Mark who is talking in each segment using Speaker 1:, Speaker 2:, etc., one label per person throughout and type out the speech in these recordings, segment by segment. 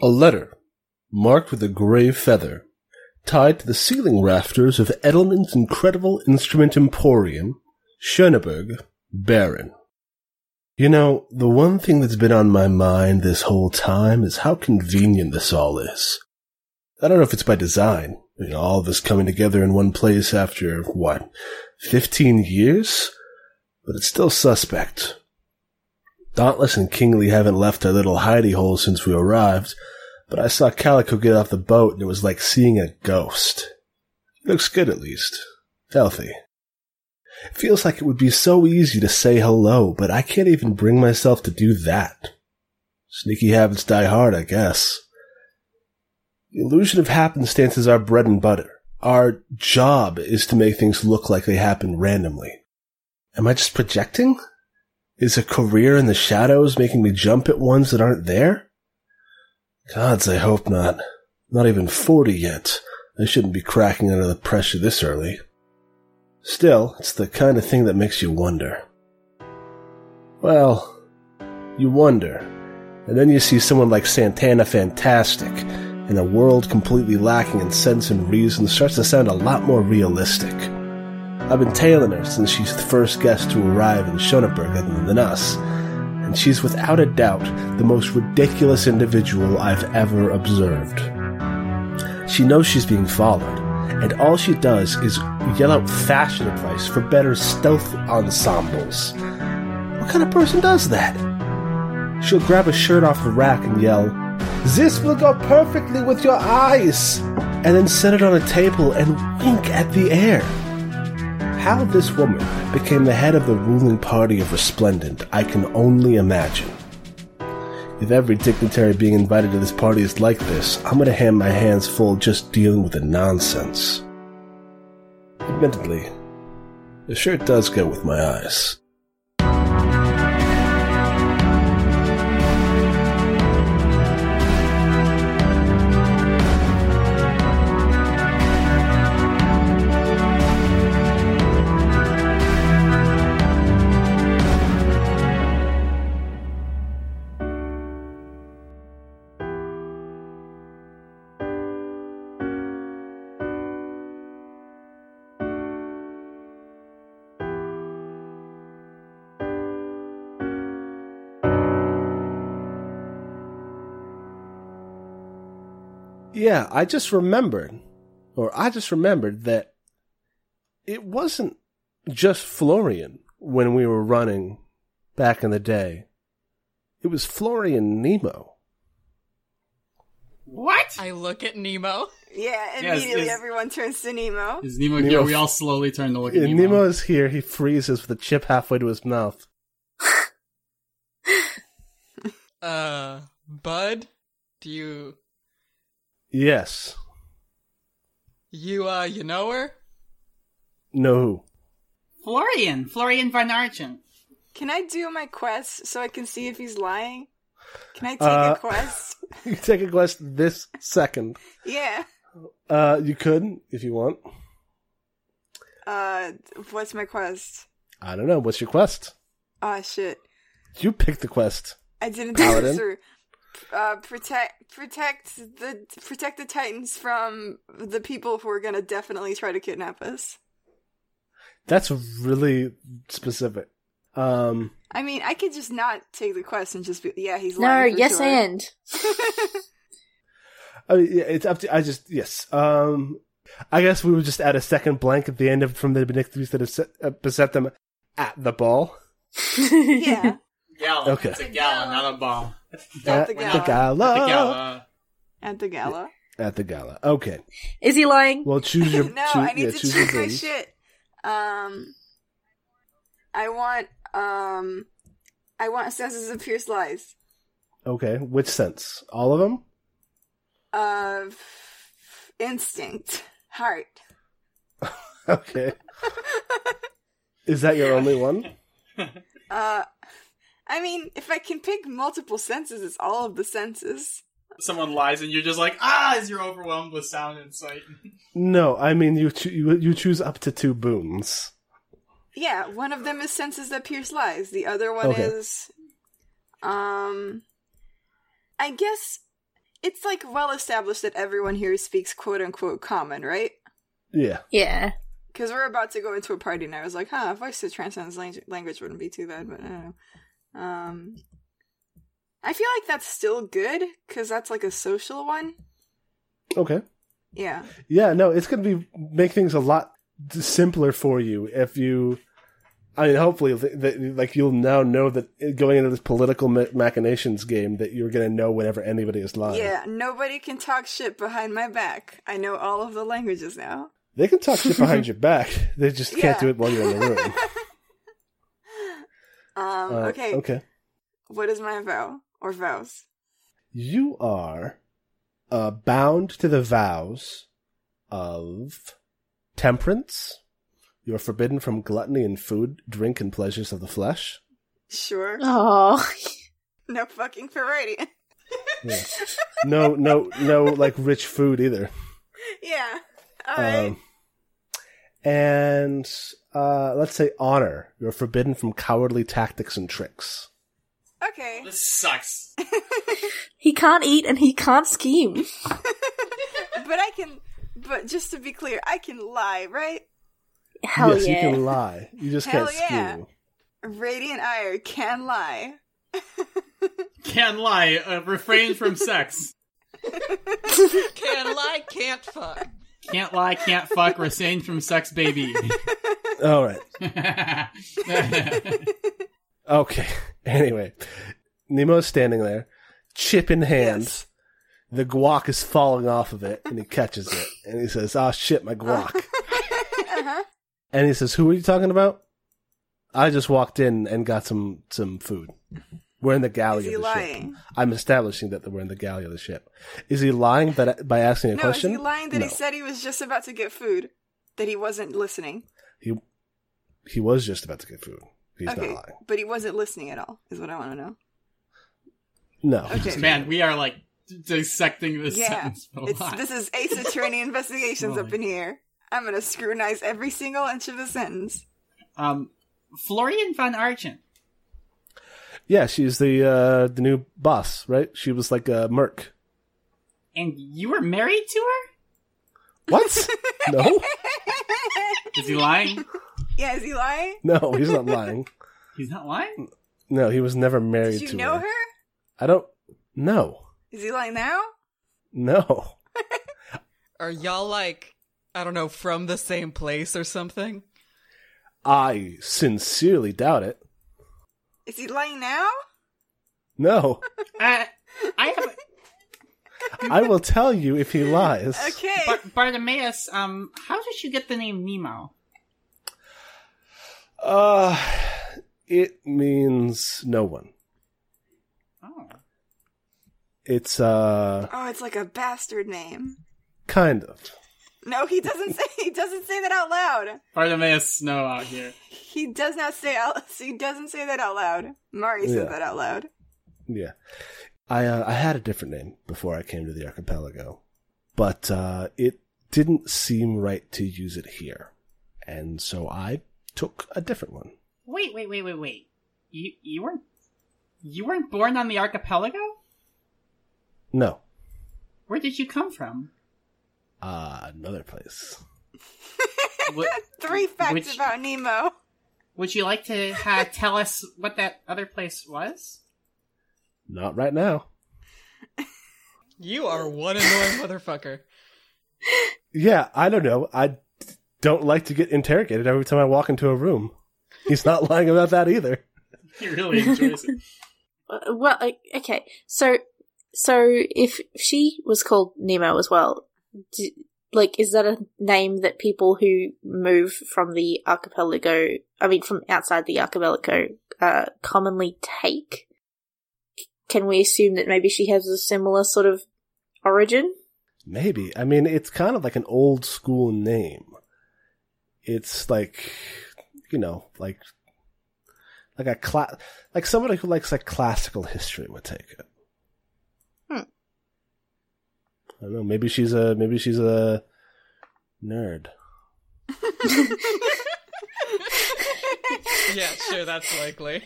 Speaker 1: A letter, marked with a grey feather, tied to the ceiling rafters of Edelman's incredible instrument emporium, Schöneberg, Baron. You know, the one thing that's been on my mind this whole time is how convenient this all is. I don't know if it's by design, you know, all of us coming together in one place after, what, 15 years? But it's still suspect. Dauntless and Kingley haven't left their little hidey hole since we arrived, but I saw Calico get off the boat and it was like seeing a ghost. Looks good at least. Healthy. Feels like it would be so easy to say hello, but I can't even bring myself to do that. Sneaky habits die hard, I guess. The illusion of happenstance is our bread and butter. Our job is to make things look like they happen randomly. Am I just projecting? Is a career in the shadows making me jump at ones that aren't there? Gods, I hope not. Not even 40 yet. I shouldn't be cracking under the pressure this early. Still, it's the kind of thing that makes you wonder. Well, you wonder. And then you see someone like Santana Fantastic, and a world completely lacking in sense and reason starts to sound a lot more realistic. I've been tailing her since she's the first guest to arrive in Schoenberg other than us, and she's without a doubt the most ridiculous individual I've ever observed. She knows she's being followed, and all she does is yell out fashion advice for better stealth ensembles. What kind of person does that? She'll grab a shirt off the rack and yell, This will go perfectly with your eyes! And then set it on a table and wink at the air. How this woman became the head of the ruling party of Resplendent, I can only imagine. If every dignitary being invited to this party is like this, I'm gonna have my hands full just dealing with the nonsense. Admittedly, the shirt does go with my eyes. Yeah, I just remembered, or I just remembered that it wasn't just Florian when we were running back in the day. It was Florian Nemo.
Speaker 2: What?
Speaker 3: I look at Nemo.
Speaker 4: Yeah,
Speaker 2: Yes,
Speaker 4: immediately
Speaker 2: yes.
Speaker 4: everyone turns to Nemo.
Speaker 2: Is Nemo,
Speaker 1: Nemo-
Speaker 2: here? We all slowly turn to look at
Speaker 1: And
Speaker 2: Nemo.
Speaker 1: Nemo is here. He freezes with a chip halfway to his mouth.
Speaker 3: Uh, Bud, do you
Speaker 1: Yes.
Speaker 3: you uh you know her?
Speaker 1: No who.
Speaker 5: Florian, Florian Van Archen.
Speaker 4: Can I do my quest so I can see if he's lying? Can I take
Speaker 1: Uh,
Speaker 4: a quest?
Speaker 1: You can take a quest this second.
Speaker 4: yeah.
Speaker 1: Uh, you could if you want.
Speaker 4: Uh, what's my quest?
Speaker 1: I don't know. What's your quest?
Speaker 4: Ah, shit.
Speaker 1: You pick the quest.
Speaker 4: I didn't think
Speaker 1: Paladin?
Speaker 4: this through. Uh, protect, protect the protect the Titans from the people who are gonna definitely try to kidnap us.
Speaker 1: That's really specific. Um,
Speaker 4: I mean, I could just not take the quest and just be, yeah, he's
Speaker 6: No,
Speaker 4: lying. for
Speaker 6: yes
Speaker 4: sure.
Speaker 6: and.
Speaker 1: I mean, yeah, it's up to. I just yes. Um, I guess we would just add a second blank at the end of from the Benedictus that have set, uh, beset them at the ball.
Speaker 4: yeah,
Speaker 2: Gallon.
Speaker 1: Okay.
Speaker 2: It's a gallon, not a bomb.
Speaker 4: At the
Speaker 1: the gala.
Speaker 2: The gala.
Speaker 4: at the gala.
Speaker 1: At the gala. Okay.
Speaker 6: Is he lying?
Speaker 1: Well, choose your.
Speaker 4: no,
Speaker 1: choo-
Speaker 4: I need
Speaker 1: yeah,
Speaker 4: to
Speaker 1: choose
Speaker 4: choose
Speaker 1: your
Speaker 4: my
Speaker 1: booze.
Speaker 4: shit. Um, I want um, I want senses of pierced lies.
Speaker 1: Okay. Which sense? All of them.
Speaker 4: Of instinct, heart.
Speaker 1: Okay. Is that your only one?
Speaker 4: Uh, I mean, if I can pick multiple senses, it's all of the senses.
Speaker 2: Someone lies and you're just like, ah, as you're overwhelmed with sound and sight.
Speaker 1: No, I mean you. Cho- you you choose up to two boons.
Speaker 4: Yeah, one of them is senses that pierce lies. The other one
Speaker 1: Okay.
Speaker 4: is, um, I guess it's like well established that everyone here speaks quote unquote common, right?
Speaker 1: Yeah.
Speaker 6: Yeah.
Speaker 4: Because we're about to go into a party, and I was like, huh, if I voice to transcends language, language wouldn't be too bad, but I don't know. Um, I feel like that's still good because that's like a social one.
Speaker 1: Okay.
Speaker 4: Yeah.
Speaker 1: Yeah, no, it's going to be make things a lot simpler for you if you. I mean, hopefully, th- th- like you'll now know that eh, going into this political ma- machinations game, that you're going to know whenever anybody is lying.
Speaker 4: Yeah. Nobody can talk shit behind my back. I know all of the languages now.
Speaker 1: They can talk shit behind your back. They just can't
Speaker 4: Yeah.
Speaker 1: do it while you're in the room.
Speaker 4: Um,
Speaker 1: Uh,
Speaker 4: okay.
Speaker 1: Okay.
Speaker 4: What is my vow or vows?
Speaker 1: You are uh, bound to the vows of temperance. You are forbidden from gluttony in food, drink, and pleasures of the flesh.
Speaker 4: Sure.
Speaker 6: Oh.
Speaker 4: No fucking variety.
Speaker 1: Yeah. no, no, no, like rich food either.
Speaker 4: yeah. All right.
Speaker 1: Um, and uh, let's say honor. You're forbidden from cowardly tactics and tricks. Um,
Speaker 4: okay.
Speaker 2: This sucks.
Speaker 6: He can't eat and he can't scheme.
Speaker 4: but I can. But just to be clear, I can lie, right?
Speaker 6: Hell
Speaker 1: yes,
Speaker 6: yeah.
Speaker 1: you can lie. You just
Speaker 4: Hell
Speaker 1: can't
Speaker 4: yeah.
Speaker 1: skew.
Speaker 4: Radiant Ire can lie.
Speaker 2: Can lie. Uh, refrain from sex.
Speaker 3: Can lie, can't fuck.
Speaker 2: Can't lie. Can't fuck. Refrain from sex, baby.
Speaker 1: All right.
Speaker 2: That's
Speaker 1: Okay. Anyway, Nemo's standing there, chip in hand.
Speaker 4: Yes.
Speaker 1: The guac is falling off of it, and he catches it, and he says, "Ah, shit, my guac."
Speaker 4: Uh-huh.
Speaker 1: and he says, "Who are you talking about?" I just walked in and got some some food. We're in the galley
Speaker 4: Is he
Speaker 1: of the ship.
Speaker 4: lying?
Speaker 1: I'm establishing that we're in the galley of the ship. Is he lying that by asking a
Speaker 4: No,
Speaker 1: question?
Speaker 4: is he lying that
Speaker 1: no.
Speaker 4: he said he was just about to get food? That he wasn't listening?
Speaker 1: he he was just about to get food. He's
Speaker 4: okay,
Speaker 1: not lying.
Speaker 4: but he wasn't listening at all. Is what I want to know.
Speaker 1: No.
Speaker 4: Okay.
Speaker 2: Man, we are like dissecting this
Speaker 4: yeah,
Speaker 2: sentence a
Speaker 4: it's,
Speaker 2: lot.
Speaker 4: this is Ace Attorney Investigations
Speaker 2: Oh
Speaker 4: up
Speaker 2: my-
Speaker 4: in here. I'm gonna scrutinize every single inch of the sentence.
Speaker 5: Um, Florian von Argent.
Speaker 1: Yeah, she's the uh, the new boss, right? She was like a merc.
Speaker 5: And you were married to her?
Speaker 1: What? no,
Speaker 2: Is he lying?
Speaker 4: Yeah, is he lying?
Speaker 1: no, he's not lying.
Speaker 5: He's not lying?
Speaker 1: No, he was never married
Speaker 4: Did you
Speaker 1: to
Speaker 4: know
Speaker 1: her.
Speaker 4: her?
Speaker 1: I don't. No,
Speaker 4: Is he lying now?
Speaker 1: no.
Speaker 3: Are y'all like, I don't know, from the same place or something?
Speaker 1: I sincerely doubt it.
Speaker 4: Is he lying now?
Speaker 1: No,
Speaker 5: Uh, I have.
Speaker 1: I will tell you if he lies.
Speaker 4: Okay.
Speaker 5: Bar- Bartimaeus, um, how did you get the name Nemo?
Speaker 1: Uh, it means no one.
Speaker 5: Oh.
Speaker 1: It's uh
Speaker 4: Oh, it's like a bastard name.
Speaker 1: kind of.
Speaker 4: No, he doesn't say. He doesn't say that out loud.
Speaker 2: Bartimaeus Snow out here.
Speaker 4: He does not say out. He doesn't say that out loud. Mari said
Speaker 1: Yeah.
Speaker 4: that out loud.
Speaker 1: Yeah. I uh, I had a different name before I came to the archipelago, but uh, it didn't seem right to use it here, and so I took a different one.
Speaker 5: Wait, wait, wait, wait, wait. You, you weren't. You weren't born on the archipelago?
Speaker 1: No,
Speaker 5: Where did you come from?
Speaker 1: uh, another place.
Speaker 2: What,
Speaker 4: Three facts
Speaker 5: Which-
Speaker 4: about Nemo.
Speaker 5: Would you like to uh, tell us what that other place was?
Speaker 1: Not right now.
Speaker 3: You are one annoying motherfucker.
Speaker 1: Yeah, I don't know. I don't like to get interrogated every time I walk into a room. He's not lying about that either.
Speaker 2: he really enjoys it.
Speaker 6: Uh, Well, o- okay. So, so if she was called Nemo as well, d like, is that a name that people who move from the archipelago, I mean, from outside the archipelago, uh, commonly take? C- Can we assume that maybe she has a similar sort of origin?
Speaker 1: Maybe. I mean, it's kind of like an old school name. It's like, you know, like, like a cla- like somebody who likes like classical history would take it.
Speaker 6: Hmm.
Speaker 1: I don't know. Maybe she's a maybe she's a nerd.
Speaker 3: Yeah, sure, that's likely.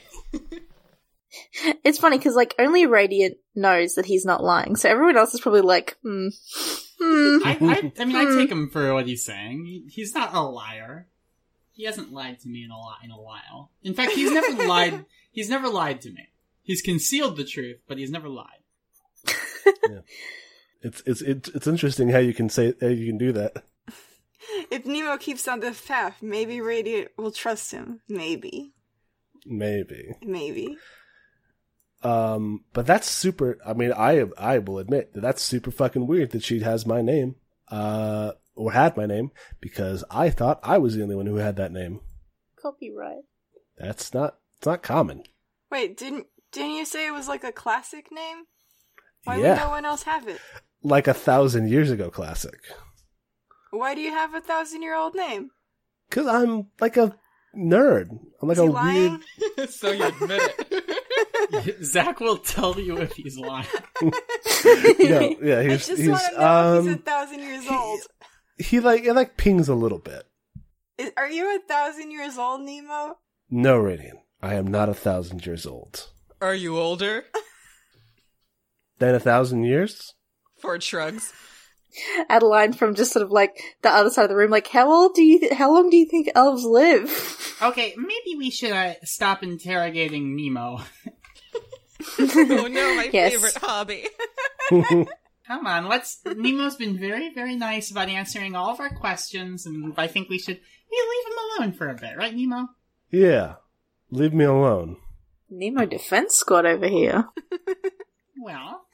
Speaker 6: It's funny because like only Radiant knows that he's not lying, so everyone else is probably like, hmm, hmm.
Speaker 5: I, I, I mean, I take him for what he's saying. He- He's not a liar. He hasn't lied to me in a lot in a while. In fact, he's never lied. He's never lied to me. He's concealed the truth, but he's never lied.
Speaker 1: It's it's it's, it's interesting how you can say how you can do that.
Speaker 4: If Nemo keeps on this path, maybe Radiant will trust him. Maybe.
Speaker 1: Maybe.
Speaker 4: Maybe.
Speaker 1: Um, but that's super. I mean, I I will admit that that's super fucking weird that she has my name, uh, or had my name because I thought I was the only one who had that name.
Speaker 6: Copyright.
Speaker 1: That's not it's not common.
Speaker 4: Wait, didn't didn't you say it was like a classic name? Why
Speaker 1: Yeah.
Speaker 4: would no one else have it?
Speaker 1: Like a thousand years ago, classic.
Speaker 4: Why do you have a thousand year old name?
Speaker 1: Cause I'm like a nerd. I'm like
Speaker 4: Is he
Speaker 1: a
Speaker 4: lying?
Speaker 1: weird.
Speaker 3: so you admit it.
Speaker 5: Zach will tell you if he's lying.
Speaker 1: No, yeah,
Speaker 4: I
Speaker 1: he's
Speaker 4: just
Speaker 1: he's
Speaker 4: want to know if he's a
Speaker 1: um
Speaker 4: thousand years
Speaker 1: he-
Speaker 4: old.
Speaker 1: he like it like pings a little bit.
Speaker 4: Is, are you a thousand years old, Nemo?
Speaker 1: No, Radiant, I am not a thousand years old.
Speaker 3: Are you older?
Speaker 1: Then a thousand years?
Speaker 3: Ford shrugs.
Speaker 6: Adeline from just sort of like the other side of the room, like, how old do you? Th- how long do you think elves live?
Speaker 5: Okay, maybe we should uh, stop interrogating Nemo.
Speaker 3: Oh no, my
Speaker 6: Yes.
Speaker 3: favorite hobby.
Speaker 5: Come on, let's. Nemo's been very, very nice about answering all of our questions, and I think we should we leave him alone for a bit, right, Nemo?
Speaker 1: Yeah, leave me alone.
Speaker 6: Nemo Defense Squad over here.
Speaker 5: Well,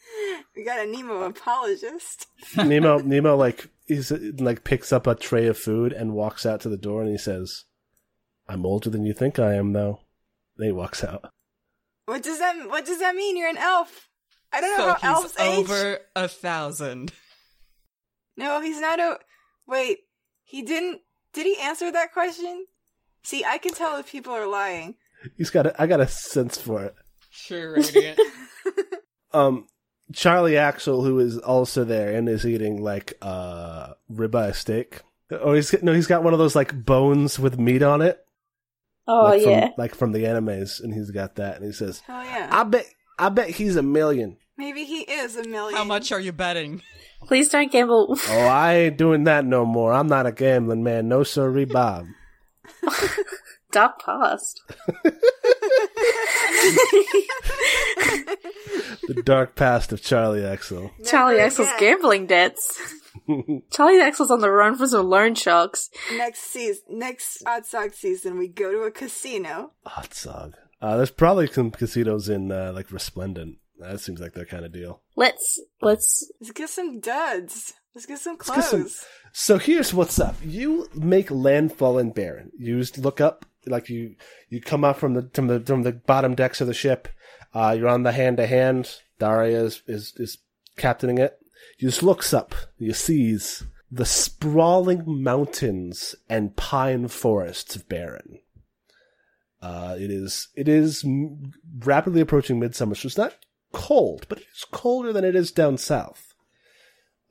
Speaker 4: We got a Nemo apologist.
Speaker 1: Nemo Nemo like he's like picks up a tray of food and walks out to the door and he says, "I'm older than you think I am, though." Then he walks out.
Speaker 4: What does that What does that mean? You're an elf. I don't know
Speaker 3: So
Speaker 4: how elves
Speaker 3: he's
Speaker 4: age.
Speaker 3: over a thousand.
Speaker 4: No, he's not a. Wait, he didn't. Did he answer that question? See, I can tell if people are lying.
Speaker 1: He's got a, I got a sense for it.
Speaker 3: Sure, radiant.
Speaker 1: Um, Charlie Axel, who is also there and is eating like uh ribeye steak, or he's no, he's got one of those like bones with meat on it.
Speaker 6: Oh
Speaker 1: like from,
Speaker 6: yeah.
Speaker 1: like from the animes, and he's got that, and he says,
Speaker 4: Hell yeah.
Speaker 1: "I bet, I bet he's a million.
Speaker 4: Maybe he is a million.
Speaker 3: How much are you betting?
Speaker 6: Please don't gamble.
Speaker 1: Oh, I ain't doing that no more. I'm not a gambling man, no sirree, Bob.
Speaker 6: Dark past.
Speaker 1: the dark past of Charlie Axel.
Speaker 4: Never
Speaker 6: Charlie Axel's
Speaker 4: again.
Speaker 6: gambling debts. Charlie Axel's on the run from some loan sharks.
Speaker 4: Next season, next Odd Sock season, we go to a casino.
Speaker 1: Hot sog. Uh, there's probably some casinos in uh, like Resplendent. That seems like their kind of deal.
Speaker 6: Let's let's
Speaker 4: Let's get some duds. Let's get some
Speaker 1: get
Speaker 4: clothes.
Speaker 1: some- So here's what's up. You make landfall in Baron. You just look up, like you you come up from the from the from the bottom decks of the ship. Uh, you're on the hand to hand. Daria is, is is captaining it. You just looks up. You sees the sprawling mountains and pine forests of Baron. Uh, it is it is m- rapidly approaching midsummer, so it's not cold, but it's colder than it is down south.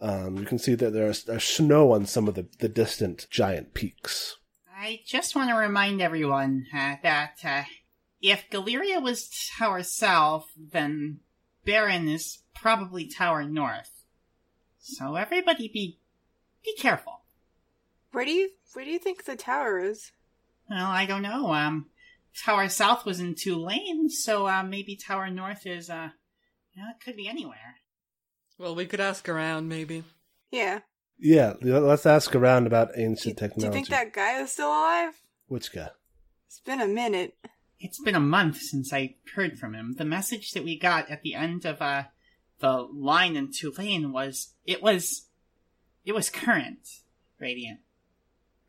Speaker 1: Um, you can see that there's, there's snow on some of the, the distant giant peaks.
Speaker 5: I just want to remind everyone uh, that uh, if Galeria was Tower South, then Baron is probably Tower North. So everybody be be careful.
Speaker 4: Where do you where do you think the tower is?
Speaker 5: Well, I don't know. Um, Tower South was in Tulane, so uh, maybe Tower North is uh, you know, it could be anywhere.
Speaker 3: Well, we could ask around, maybe.
Speaker 4: Yeah.
Speaker 1: Yeah, let- let's ask around about
Speaker 4: Do,
Speaker 1: ancient
Speaker 4: do
Speaker 1: technology.
Speaker 4: you think that guy is still alive?
Speaker 1: Which guy?
Speaker 4: It's been a minute.
Speaker 5: It's been a month since I heard from him. The message that we got at the end of uh, the line in Tulane was it was it was current radiant.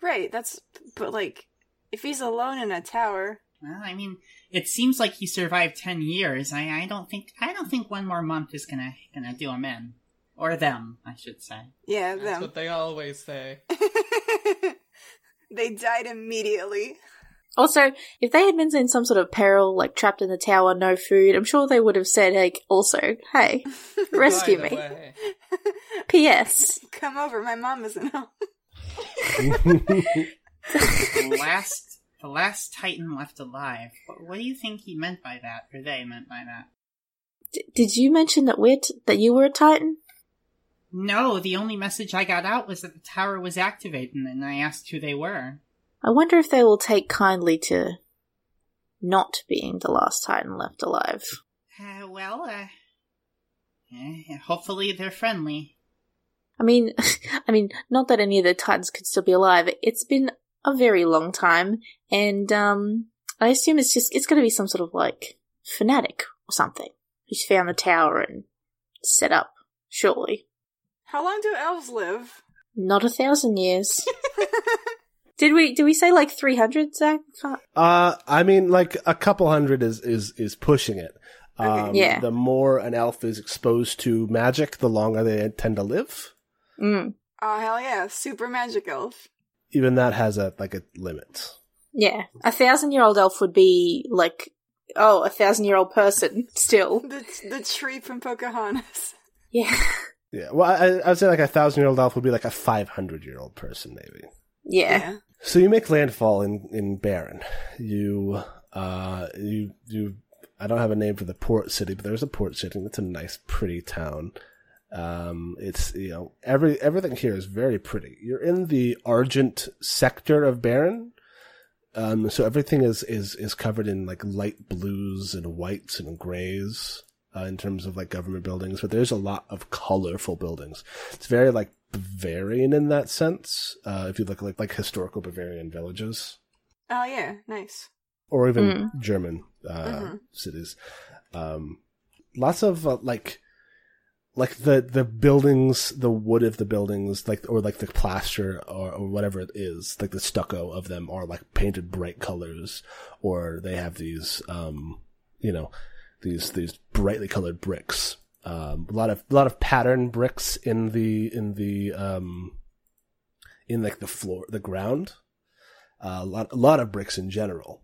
Speaker 4: Right. That's but like, if he's alone in a tower,
Speaker 5: Well, I mean, it seems like he survived ten years. I, I don't think I don't think one more month is gonna gonna do him in or them, I should say.
Speaker 4: yeah,
Speaker 3: That's
Speaker 4: them.
Speaker 3: what they always say.
Speaker 4: they died immediately.
Speaker 6: also if they had been in some sort of peril, like trapped in the tower, no food, I'm sure they would have said, like, also, hey, rescue
Speaker 3: By the
Speaker 6: me.
Speaker 3: way.
Speaker 6: P.S.
Speaker 4: Come over. My mom isn't home.
Speaker 5: last The last Titan left alive. What, what do you think he meant by that, or they meant by that?
Speaker 6: D- did you mention that we're t- that you were a Titan?
Speaker 5: No, the only message I got out was that the tower was activated, and I asked who they were.
Speaker 6: I wonder if they will take kindly to not being the last Titan left alive.
Speaker 5: Uh, well, uh, eh, hopefully they're friendly.
Speaker 6: I mean, I mean, not that any of the Titans could still be alive. It's been a very long time, and um, I assume it's just it's going to be some sort of like fanatic or something who's found the tower and set up. Surely,
Speaker 4: How long do elves live?
Speaker 6: not a thousand years. did we? Did we say like three hundred? Zach, Can't-
Speaker 1: Uh, I mean, like a couple hundred is is is pushing it. Um,
Speaker 4: Okay.
Speaker 6: Yeah.
Speaker 1: The more an elf is exposed to magic, the longer they tend to live.
Speaker 6: Mm,
Speaker 4: Oh hell yeah, super magic elf.
Speaker 1: Even that has a like a limit.
Speaker 6: yeah, a thousand year old elf would be like oh, a thousand year old person still.
Speaker 4: The the tree from Pocahontas.
Speaker 6: Yeah,
Speaker 1: Yeah. Well, I, I would say like a thousand year old elf would be like a five hundred year old person, maybe.
Speaker 6: yeah.
Speaker 1: So you make landfall in in Baron. You uh you you I don't have a name for the port city, but there's a port city. That's a nice, pretty town. Um, it's you know every everything here is very pretty. You're in the Argent sector of Baron. Um, so everything is, is, is covered in like light blues and whites and grays, uh, in terms of like government buildings, but there's a lot of colorful buildings. It's very like Bavarian in that sense. Uh, if you look like, like historical Bavarian villages
Speaker 4: Oh yeah, nice.
Speaker 1: or even German uh,
Speaker 4: Mhm.
Speaker 1: cities. Um, lots of uh, like, like the the buildings, the wood of the buildings, like or like the plaster or, or whatever it is, like the stucco of them are like painted bright colors, or they have these, um, you know, these these brightly colored bricks. Um, a lot of a lot of pattern bricks in the in the um, in like the floor, the ground. Uh, a lot a lot of bricks in general.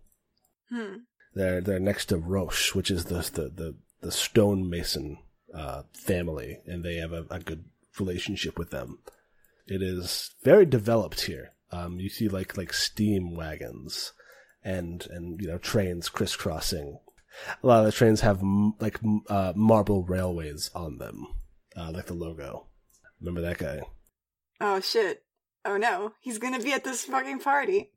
Speaker 4: Hmm.
Speaker 1: They're they're next to Roche, which is the the the, the stonemason uh, family, and they have a, a good relationship with them. It is very developed here. Um, you see like like steam wagons, and and you know trains crisscrossing. A lot of the trains have m- like m- uh, marble railways on them, uh, like the logo. Remember that guy?
Speaker 4: Oh shit. Oh no, he's gonna be at this fucking party.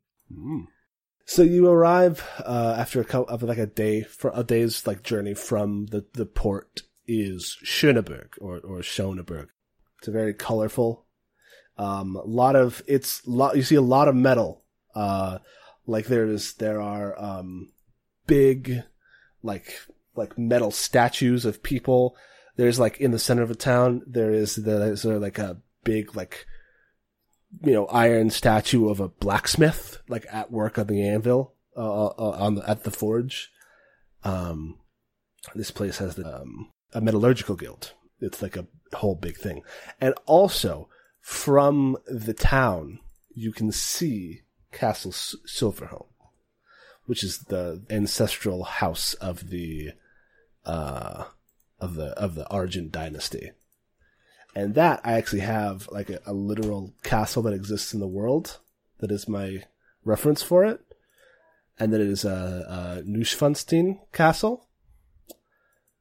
Speaker 1: So you arrive uh, after a couple, after like a day for a day's like journey from the, the port is Schöneberg or or Schöneberg. It's a very colorful. Um, a lot of it's lot you see a lot of metal. Uh, like there is there are um, big like like metal statues of people. There's like in the center of the town there is there's uh, like a big like you know iron statue of a blacksmith like at work on the anvil uh, uh, on the, at the forge um this place has the, um, a metallurgical guild it's like a whole big thing and also from the town you can see castle S- silverhome which is the ancestral house of the uh of the of the argent dynasty and that I actually have like a, a literal castle that exists in the world that is my reference for it, and that it is a, a Neuschwanstein castle,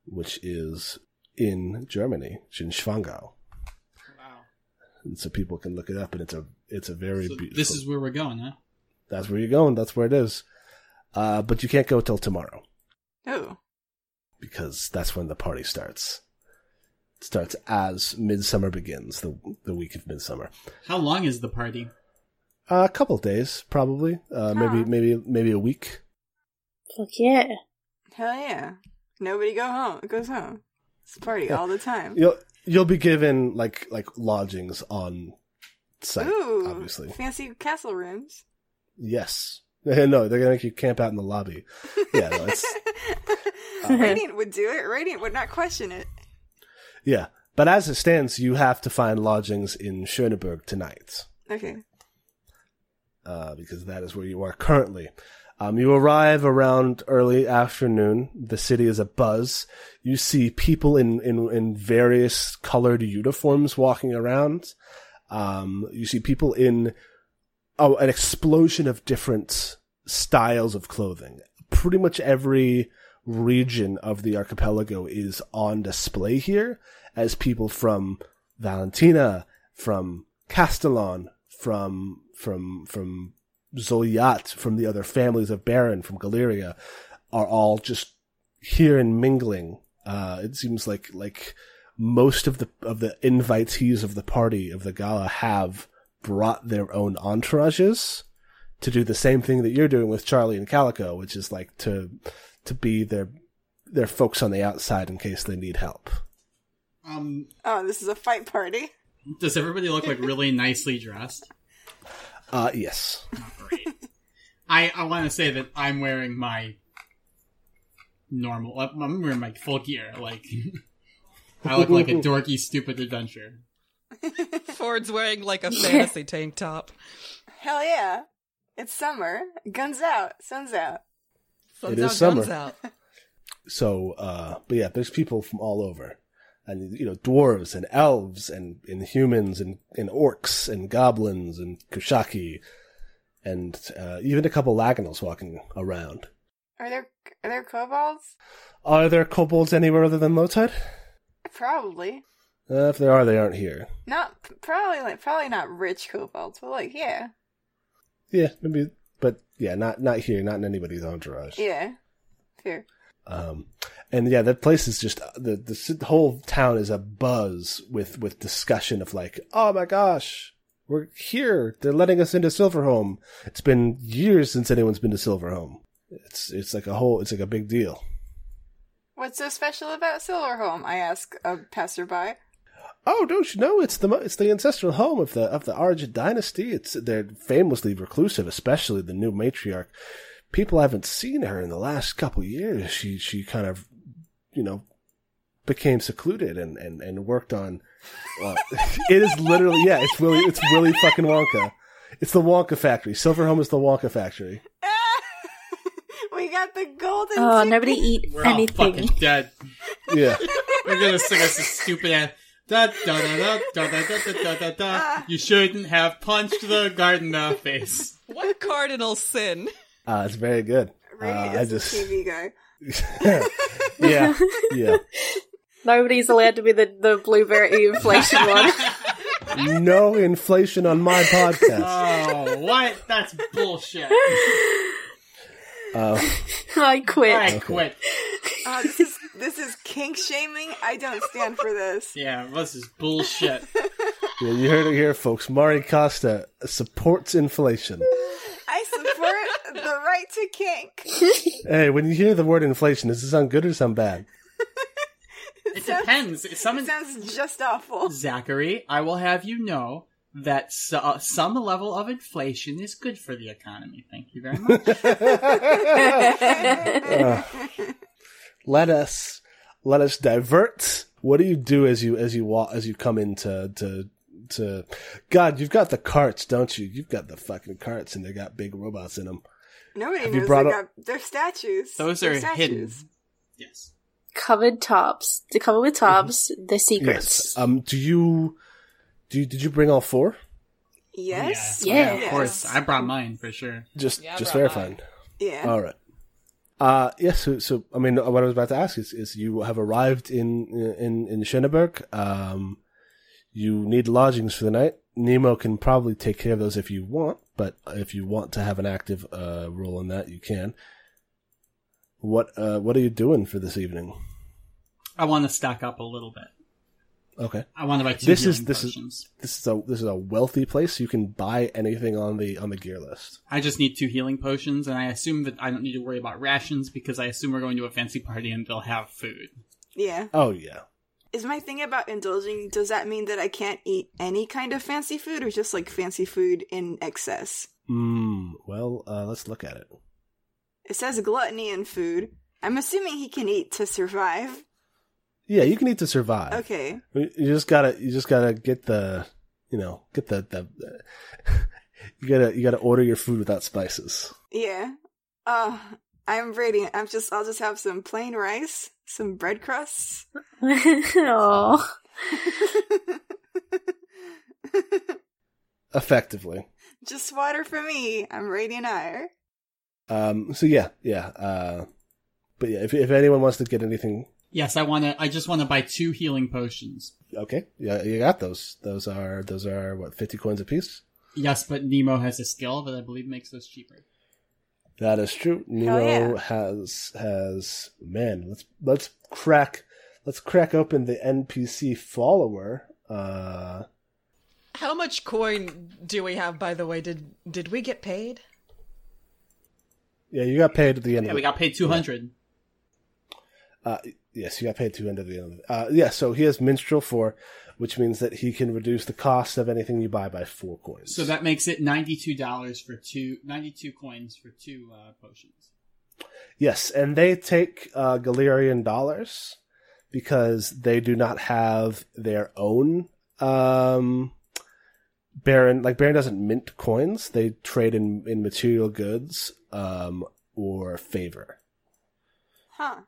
Speaker 1: which is in Germany, it's in Schwangau,
Speaker 2: Wow.
Speaker 1: and so people can look it up, and it's a it's a very
Speaker 2: So
Speaker 1: beautiful.
Speaker 2: this is where we're going, huh?
Speaker 1: that's where you're going. That's where it is, uh, but you can't go till tomorrow
Speaker 4: Oh.
Speaker 1: because that's when the party starts. It starts as midsummer begins, the the week of midsummer.
Speaker 2: How long is the party?
Speaker 1: Uh, a couple days, probably. Uh, maybe,
Speaker 4: Ah.
Speaker 1: maybe, maybe a week.
Speaker 6: Fuck yeah.
Speaker 4: Hell yeah. Nobody go home goes home. It's a party all the time.
Speaker 1: You'll you'll be given like like lodgings on site,
Speaker 4: Ooh,
Speaker 1: obviously.
Speaker 4: fancy castle rooms.
Speaker 1: Yes. No, they're gonna make you camp out in the lobby. Yeah, no, it's
Speaker 4: Uh, Radiant would do it. Radiant would not question it.
Speaker 1: yeah. But as it stands, you have to find lodgings in Schöneberg tonight.
Speaker 4: Okay.
Speaker 1: uh, because that is where you are currently. Um, you arrive around early afternoon. The city is abuzz. You see people in, in, in various colored uniforms walking around. Um, you see people in oh, an explosion of different styles of clothing. Pretty much every region of the archipelago is on display here as people from Valentina, from Castellon, from from from Zoyat, from the other families of Baron, from Galeria, are all just here and mingling. Uh, it seems like like most of the of the invitees of the party of the gala have brought their own entourages to do the same thing that you're doing with Charlie and Calico, which is like to to be their their folks on the outside in case they need help.
Speaker 2: Um,
Speaker 4: Oh, this is a fight party.
Speaker 2: does everybody look like really nicely dressed?
Speaker 1: Uh yes.
Speaker 2: Great. I I want to say that I'm wearing my normal. uh, I'm wearing my full gear. Like I look like a dorky, stupid adventurer.
Speaker 3: Ford's wearing like a
Speaker 6: Yeah.
Speaker 3: fantasy tank top.
Speaker 4: Hell yeah. It's summer. Guns out. Sun's out.
Speaker 3: Sun's
Speaker 1: It
Speaker 3: out,
Speaker 1: is
Speaker 3: guns
Speaker 1: summer.
Speaker 3: out.
Speaker 1: So uh but yeah, there's people from all over. And you know, dwarves and elves and, and humans and, and orcs and goblins and kushaki and uh, even a couple laganals walking around.
Speaker 4: Are there are there kobolds?
Speaker 1: Are there kobolds anywhere other than low tide?
Speaker 4: Probably.
Speaker 1: Uh, if there are, they aren't here.
Speaker 4: Not probably like probably not rich kobolds, but like yeah.
Speaker 1: Yeah, maybe, but yeah, not not here, not in anybody's entourage.
Speaker 4: Yeah. Fair.
Speaker 1: Um, and yeah, that place is just uh, the the s- whole town is a buzz with with discussion of like, oh my gosh, we're here. They're letting us into Silverhome. It's been years since anyone's been to Silverhome. It's it's like a whole, it's like a big deal.
Speaker 4: What's so special about Silverholm? I ask a passerby.
Speaker 1: Oh, don't you know it's the mo- it's the ancestral home of the of the Argent dynasty. It's they're famously reclusive, especially the new matriarch. People haven't seen her in the last couple years. She she kind of you know became secluded and and and worked on. Well, it is literally yeah. It's really it's really fucking Wonka. It's the Wonka factory. Silverhome is the Wonka factory.
Speaker 4: we got the golden.
Speaker 6: Oh,
Speaker 4: ticket.
Speaker 6: nobody eat
Speaker 2: We're all
Speaker 6: anything.
Speaker 2: fucking dead.
Speaker 1: Yeah.
Speaker 2: They're gonna sing us a stupid ass. Da, da, da, da, da, da, da, da, da, da, da. You shouldn't have punched the gardener face.
Speaker 3: What cardinal sin?
Speaker 1: Uh, it's very good. Uh,
Speaker 4: Brady
Speaker 1: I
Speaker 4: is the
Speaker 1: just
Speaker 4: TV guy.
Speaker 1: yeah yeah.
Speaker 6: Nobody's allowed to be the, the blueberry inflation one.
Speaker 1: No inflation on my podcast.
Speaker 2: Oh, what? That's bullshit.
Speaker 1: Uh,
Speaker 6: I quit.
Speaker 2: I quit.
Speaker 4: Uh, this is this is kink shaming. I don't stand for this.
Speaker 2: Yeah, this is bullshit.
Speaker 1: Yeah, you heard it here, folks. Mari Costa supports inflation.
Speaker 4: I support the right to kink.
Speaker 1: Hey, when you hear the word inflation, does it sound good or sound bad?
Speaker 2: It depends. Someone,
Speaker 4: It sounds just awful.
Speaker 2: Zachary, I will have you know that so, uh, some level of inflation is good for the economy. Thank you very much.
Speaker 1: Uh, Let us let us divert. What do you do as you as you walk as you come into to to God? You've got the carts, don't you? You've got the fucking carts, and they got big robots in them.
Speaker 4: Nobody
Speaker 1: Have you
Speaker 4: knows they
Speaker 1: brought
Speaker 4: got
Speaker 1: up-
Speaker 4: they're statues.
Speaker 2: Those
Speaker 4: They're
Speaker 2: are hidden.
Speaker 4: statues.
Speaker 2: Yes.
Speaker 6: Covered tops. They're covered with tops. They're secrets.
Speaker 1: Yes. Um. Do you do? You, did you bring all four?
Speaker 4: Yes.
Speaker 6: Yeah.
Speaker 2: yeah, of course. I brought mine for sure.
Speaker 1: Just
Speaker 3: Yeah, I
Speaker 1: just
Speaker 3: brought
Speaker 1: verifying.
Speaker 4: Yeah.
Speaker 1: All right. Uh, yes. so, so I mean, what I was about to ask is, is you have arrived in in in Schöneberg. Um, you need lodgings for the night. Nemo can probably take care of those if you want, but if you want to have an active uh, role in that, you can. What uh, what are you doing for this evening?
Speaker 2: I want to stock up a little bit.
Speaker 1: Okay,
Speaker 2: I want to buy two
Speaker 1: This is-
Speaker 2: healing
Speaker 1: this is-
Speaker 2: potions.
Speaker 1: this is a this is a wealthy place. You can buy anything on the on the gear list.
Speaker 2: I just need two healing potions, and I assume that I don't need to worry about rations because I assume we're going to a fancy party and they'll have food.
Speaker 4: Yeah.
Speaker 1: Oh yeah,
Speaker 4: Is my thing about indulging, does that mean that I can't eat any kind of fancy food or just like fancy food in excess?
Speaker 1: Mm, well, uh, let's look at it.
Speaker 4: It says gluttony in food. I'm assuming he can eat to survive.
Speaker 1: Yeah, you can need to survive.
Speaker 4: Okay.
Speaker 1: You just gotta, you just gotta get the, you know, get the, the, you gotta, you gotta order your food without spices.
Speaker 4: Yeah. Oh, I'm radiant. I'm just I'll just have some plain rice, some bread crusts.
Speaker 6: Aw.
Speaker 1: Effectively.
Speaker 4: just water for me. I'm radiant ire.
Speaker 1: Um, so yeah, yeah. Uh, but yeah, if if anyone wants to get anything,
Speaker 2: Yes, I want to. I just want to buy two healing potions.
Speaker 1: okay, yeah, you got those. Those are those are what fifty coins apiece.
Speaker 2: Yes, but Nemo has a skill that I believe makes those cheaper.
Speaker 1: That is true. Nero has has man. Let's let's crack let's crack open the NPC follower. Uh,
Speaker 3: How much coin do we have, by the way? Did did we get paid?
Speaker 1: yeah, you got paid at the end.
Speaker 2: Yeah,
Speaker 1: of
Speaker 2: we
Speaker 1: the,
Speaker 2: got paid two hundred.
Speaker 1: Uh, yes, you got paid two end of the end. Of the, uh, yeah, so he has minstrel four, which means that he can reduce the cost of anything you buy by four coins.
Speaker 2: So that makes it ninety-two dollars for two, 92 coins for two uh, potions.
Speaker 1: yes, and they take uh, Galerian dollars because they do not have their own um, Baron. Like Baron doesn't mint coins; they trade in in material goods um, or favor.
Speaker 4: Huh.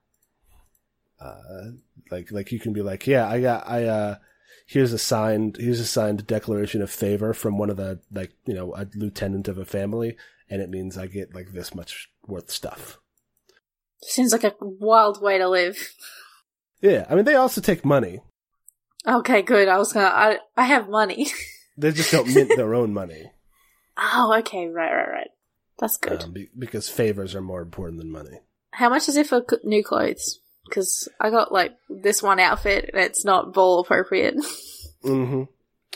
Speaker 1: uh, like like you can be like, yeah, I got I uh here's a signed here's a signed declaration of favor from one of the like you know a lieutenant of a family, and it means I get like this much worth stuff.
Speaker 6: Seems like a wild way to live.
Speaker 1: Yeah, I mean they also take money.
Speaker 6: Okay, good. I was gonna. I I have money.
Speaker 1: They just don't mint their own money
Speaker 6: oh, okay. Right, right, right. That's good.
Speaker 1: um, be- because favors are more important than money.
Speaker 6: How much is it for c- new clothes? Because I got like this one outfit and it's not ball appropriate.
Speaker 1: hmm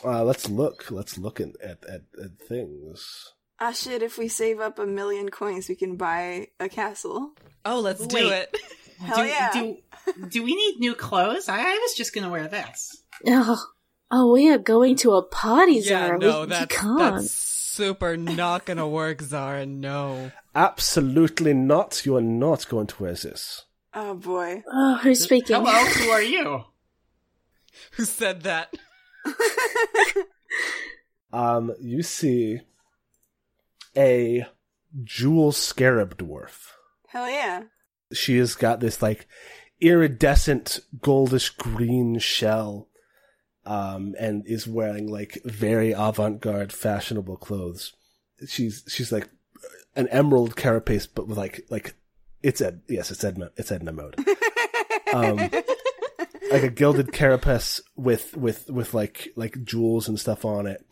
Speaker 1: Uh, let's look. Let's look in, at, at at things.
Speaker 4: Ah, shit, if we save up a million coins, we can buy a castle.
Speaker 3: Oh, let's do
Speaker 5: Wait.
Speaker 3: it.
Speaker 4: Hell
Speaker 5: do,
Speaker 4: yeah.
Speaker 5: do do we need new clothes? I, I was just gonna wear this.
Speaker 6: oh, oh, we are going to a party, Zara. We- we,
Speaker 3: that's,
Speaker 6: can't.
Speaker 3: that's super not gonna work, Zara. No.
Speaker 1: Absolutely not. You are not going to wear this.
Speaker 4: Oh boy.
Speaker 6: Oh, who's speaking?
Speaker 5: Hello, who are you?
Speaker 3: Who said that?
Speaker 1: um, you see a jewel scarab dwarf.
Speaker 4: Hell yeah.
Speaker 1: She has got this like iridescent goldish green shell, um, and is wearing like very avant-garde, fashionable clothes. She's she's like an emerald carapace, but with like like it's Ed yes it's Edna it's Edna mode. Um, like a gilded carapace with with with like like jewels and stuff on it.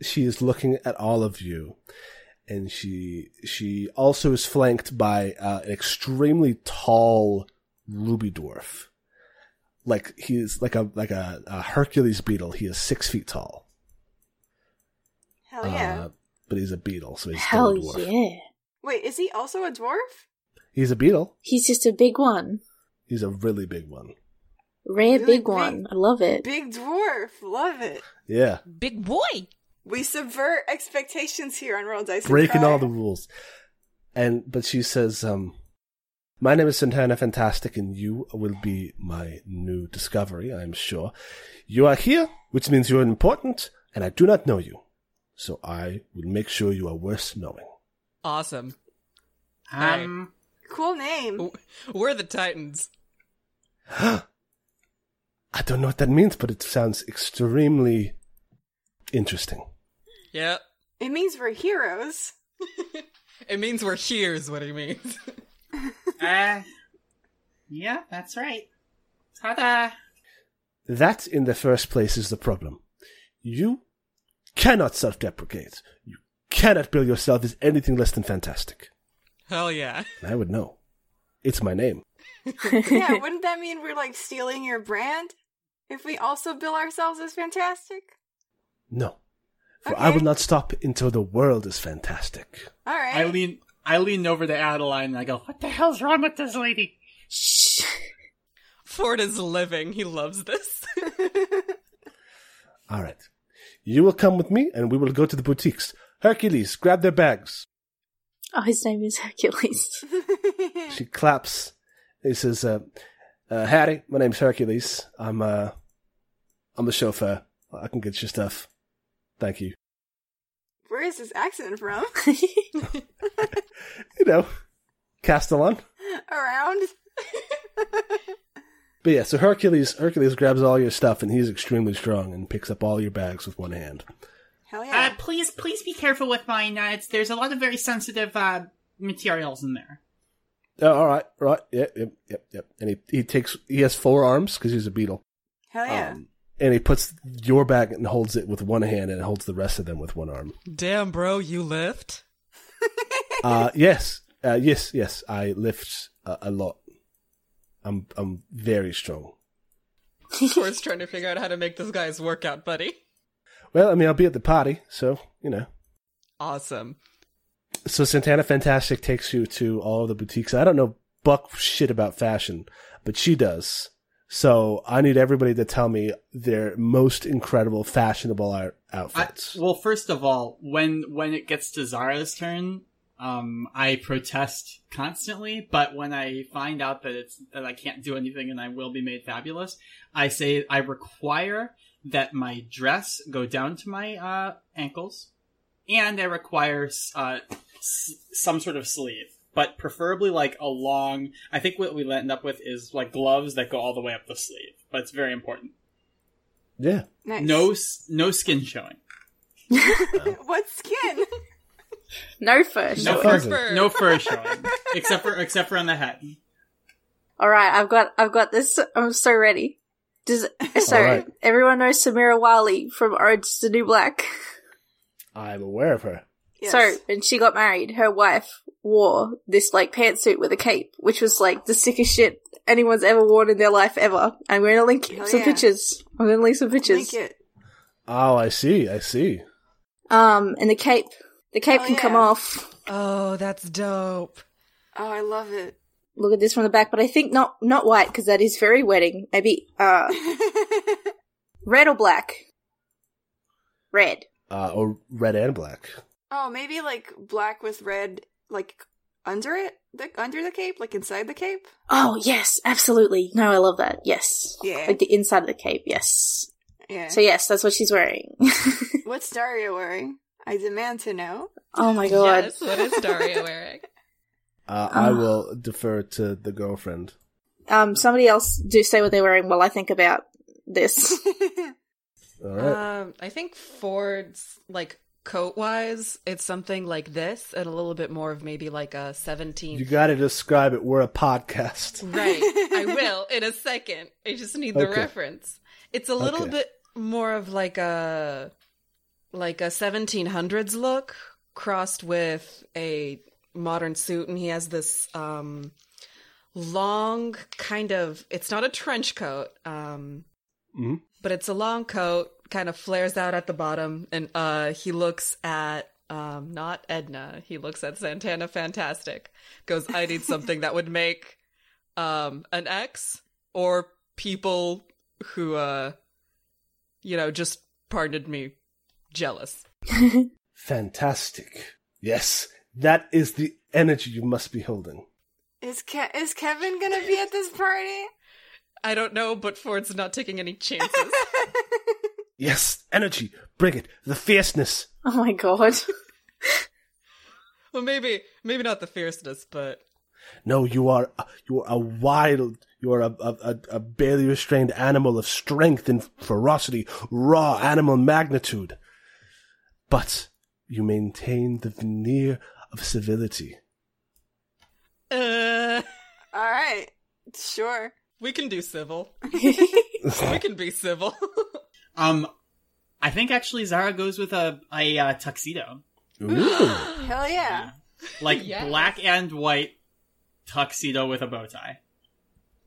Speaker 1: She is looking at all of you, and she she also is flanked by uh, an extremely tall ruby dwarf. Like he is like a like a, a Hercules beetle. He is six feet tall.
Speaker 4: Hell yeah.
Speaker 1: Uh, but he's a beetle, so he's
Speaker 6: Hell
Speaker 1: still a dwarf.
Speaker 6: yeah.
Speaker 4: Wait, is he also a dwarf?
Speaker 1: He's a beetle.
Speaker 6: He's just a big one.
Speaker 1: He's a really big one.
Speaker 6: Rare
Speaker 4: Really
Speaker 6: big
Speaker 4: big-
Speaker 6: one. I love it.
Speaker 4: Big dwarf. Love it.
Speaker 1: Yeah,
Speaker 3: Big boy.
Speaker 4: We subvert expectations here on Roll Dice. and
Speaker 1: breaking
Speaker 4: Cry.
Speaker 1: all the rules. And but she says, um, "My name is Santana Fantastic, and you will be my new discovery. I am sure you are here, which means you are important, and I do not know you, so I will make sure you are worth knowing."
Speaker 3: Awesome.
Speaker 5: Um,
Speaker 4: Cool name.
Speaker 3: W- We're the Titans.
Speaker 1: I don't know what that means, but it sounds extremely interesting.
Speaker 3: Yep.
Speaker 4: It means we're heroes.
Speaker 3: It means we're here, is what he means.
Speaker 5: uh, yeah, that's right. Ta-da!
Speaker 1: That, in the first place, is the problem. You cannot self-deprecate. You cannot bill yourself as anything less than fantastic.
Speaker 3: Hell yeah.
Speaker 1: I would know. It's my name.
Speaker 4: yeah, wouldn't that mean we're like stealing your brand? If we also bill ourselves as fantastic?
Speaker 1: No. For I will
Speaker 4: Okay.
Speaker 1: not stop until the world is fantastic.
Speaker 4: Alright.
Speaker 2: I lean, I lean over to Adeline and I go, "What the hell's wrong with this lady?"
Speaker 6: Shh.
Speaker 3: Ford is living. He loves this.
Speaker 1: All right. You will come with me and we will go to the boutiques. Hercules, grab their bags.
Speaker 6: Oh, his name is Hercules.
Speaker 1: She claps. He says, uh, uh, Harry, my name's Hercules. I'm, uh, I'm the chauffeur. I can get your stuff. Thank you.
Speaker 4: Where is this accent from?
Speaker 1: You know, Castellan.
Speaker 4: Around?
Speaker 1: But yeah, so Hercules, Hercules grabs all your stuff and he's extremely strong and picks up all your bags with one hand.
Speaker 4: Hell
Speaker 5: Uh,
Speaker 4: yeah.
Speaker 5: please, please be careful with mine. Uh, it's, there's a lot of very sensitive uh, materials in there.
Speaker 1: Oh, all right, right, yep, yep, yep, yep. And he, he takes he has four arms because he's a beetle.
Speaker 4: Hell yeah.
Speaker 1: Um, and he puts your bag and holds it with one hand and holds the rest of them with one arm.
Speaker 3: Damn, bro, you lift?
Speaker 1: Uh, yes, uh, yes, yes. I lift uh, a, a lot. I'm I'm very strong.
Speaker 3: Core's trying to figure out how to make this guy's workout buddy.
Speaker 1: Well, I mean, I'll be at the party, so you know.
Speaker 3: Awesome.
Speaker 1: So Santana Fantastic takes you to all the boutiques. I don't know buck shit about fashion, but she does. So I need everybody to tell me their most incredible fashionable out-
Speaker 2: I,
Speaker 1: outfits.
Speaker 2: well, first of all, when when it gets to Zara's turn, um, I protest constantly. But when I find out that it's that I can't do anything and I will be made fabulous, I say I require that my dress go down to my uh, ankles, and I require uh, s- some sort of sleeve. But preferably like a long. I think what we end up with is like gloves that go all the way up the sleeve. But it's very important.
Speaker 1: yeah.
Speaker 4: nice.
Speaker 2: No, s- no skin showing.
Speaker 4: what skin?
Speaker 6: No fur.
Speaker 2: No
Speaker 1: Sure.
Speaker 2: fur,
Speaker 3: Fur.
Speaker 2: no fur showing, except for except for on the hat.
Speaker 6: All right, I've got, I've got this. I'm so ready. Does so
Speaker 1: All right.
Speaker 6: everyone knows Samira Wiley from Orange to New Black.
Speaker 1: I'm aware of her.
Speaker 4: Yes.
Speaker 6: So when she got married, her wife wore this like pantsuit with a cape, which was like the sickest shit anyone's ever worn in their life ever. I'm going to link
Speaker 4: Hell
Speaker 6: some
Speaker 4: yeah.
Speaker 6: pictures. I'm going to link some pictures.
Speaker 4: Link it.
Speaker 1: Oh, I see. I see.
Speaker 6: Um, and the cape, the cape
Speaker 4: Oh,
Speaker 6: can come
Speaker 4: yeah.
Speaker 6: off.
Speaker 3: Oh, that's dope.
Speaker 4: Oh, I love it.
Speaker 6: Look at this from the back, but I think not not white because that is very wedding. Maybe uh red or black. Red.
Speaker 1: Uh, or red and black.
Speaker 4: oh, maybe like black with red, like under it, like under the cape, like inside the cape.
Speaker 6: Oh yes, absolutely. No, I love that. Yes,
Speaker 4: Yeah.
Speaker 6: like the inside of the cape. Yes.
Speaker 4: Yeah.
Speaker 6: So yes, that's what she's wearing.
Speaker 4: What's Daria wearing? I demand to know.
Speaker 6: oh my god.
Speaker 3: Yes, what is Daria wearing?
Speaker 1: Uh, I
Speaker 6: Ah.
Speaker 1: will defer to the girlfriend.
Speaker 6: Um, somebody else do say what they're wearing while I think about this.
Speaker 1: All
Speaker 2: Ah.
Speaker 1: right.
Speaker 3: Um, I think Ford's like coat wise, it's something like this, and a little bit more of maybe like a seventeen.
Speaker 1: you got to describe it. We're a podcast.
Speaker 3: right. I will in a second. I just need the
Speaker 1: Okay.
Speaker 3: reference. It's a little
Speaker 1: Okay.
Speaker 3: bit more of like a like a seventeen hundreds look crossed with a modern suit, and he has this um long kind of it's not a trench coat um
Speaker 1: Mhm.
Speaker 3: but it's a long coat kind of flares out at the bottom and uh he looks at um not edna he looks at santana fantastic goes i need something that would make um an ex or people who uh you know just pardoned me jealous
Speaker 1: Fantastic. Yes, that is the energy you must be holding.
Speaker 4: Is Ke- is Kevin gonna be at this party?
Speaker 3: i don't know but ford's not taking any chances
Speaker 1: Yes, energy. Bring it. The fierceness.
Speaker 6: oh my god.
Speaker 3: well maybe maybe not the fierceness but
Speaker 1: No, you are you are a wild. You are a, a, a, a barely restrained animal of strength and ferocity, raw animal magnitude. But you maintain the veneer of civility.
Speaker 3: uh
Speaker 4: All right, sure.
Speaker 3: We can do civil. we can be civil.
Speaker 2: Um, I think actually Zara goes with a a uh, tuxedo,
Speaker 1: Ooh.
Speaker 4: Hell yeah.
Speaker 2: like
Speaker 3: Yes.
Speaker 2: black and white tuxedo with a bow tie.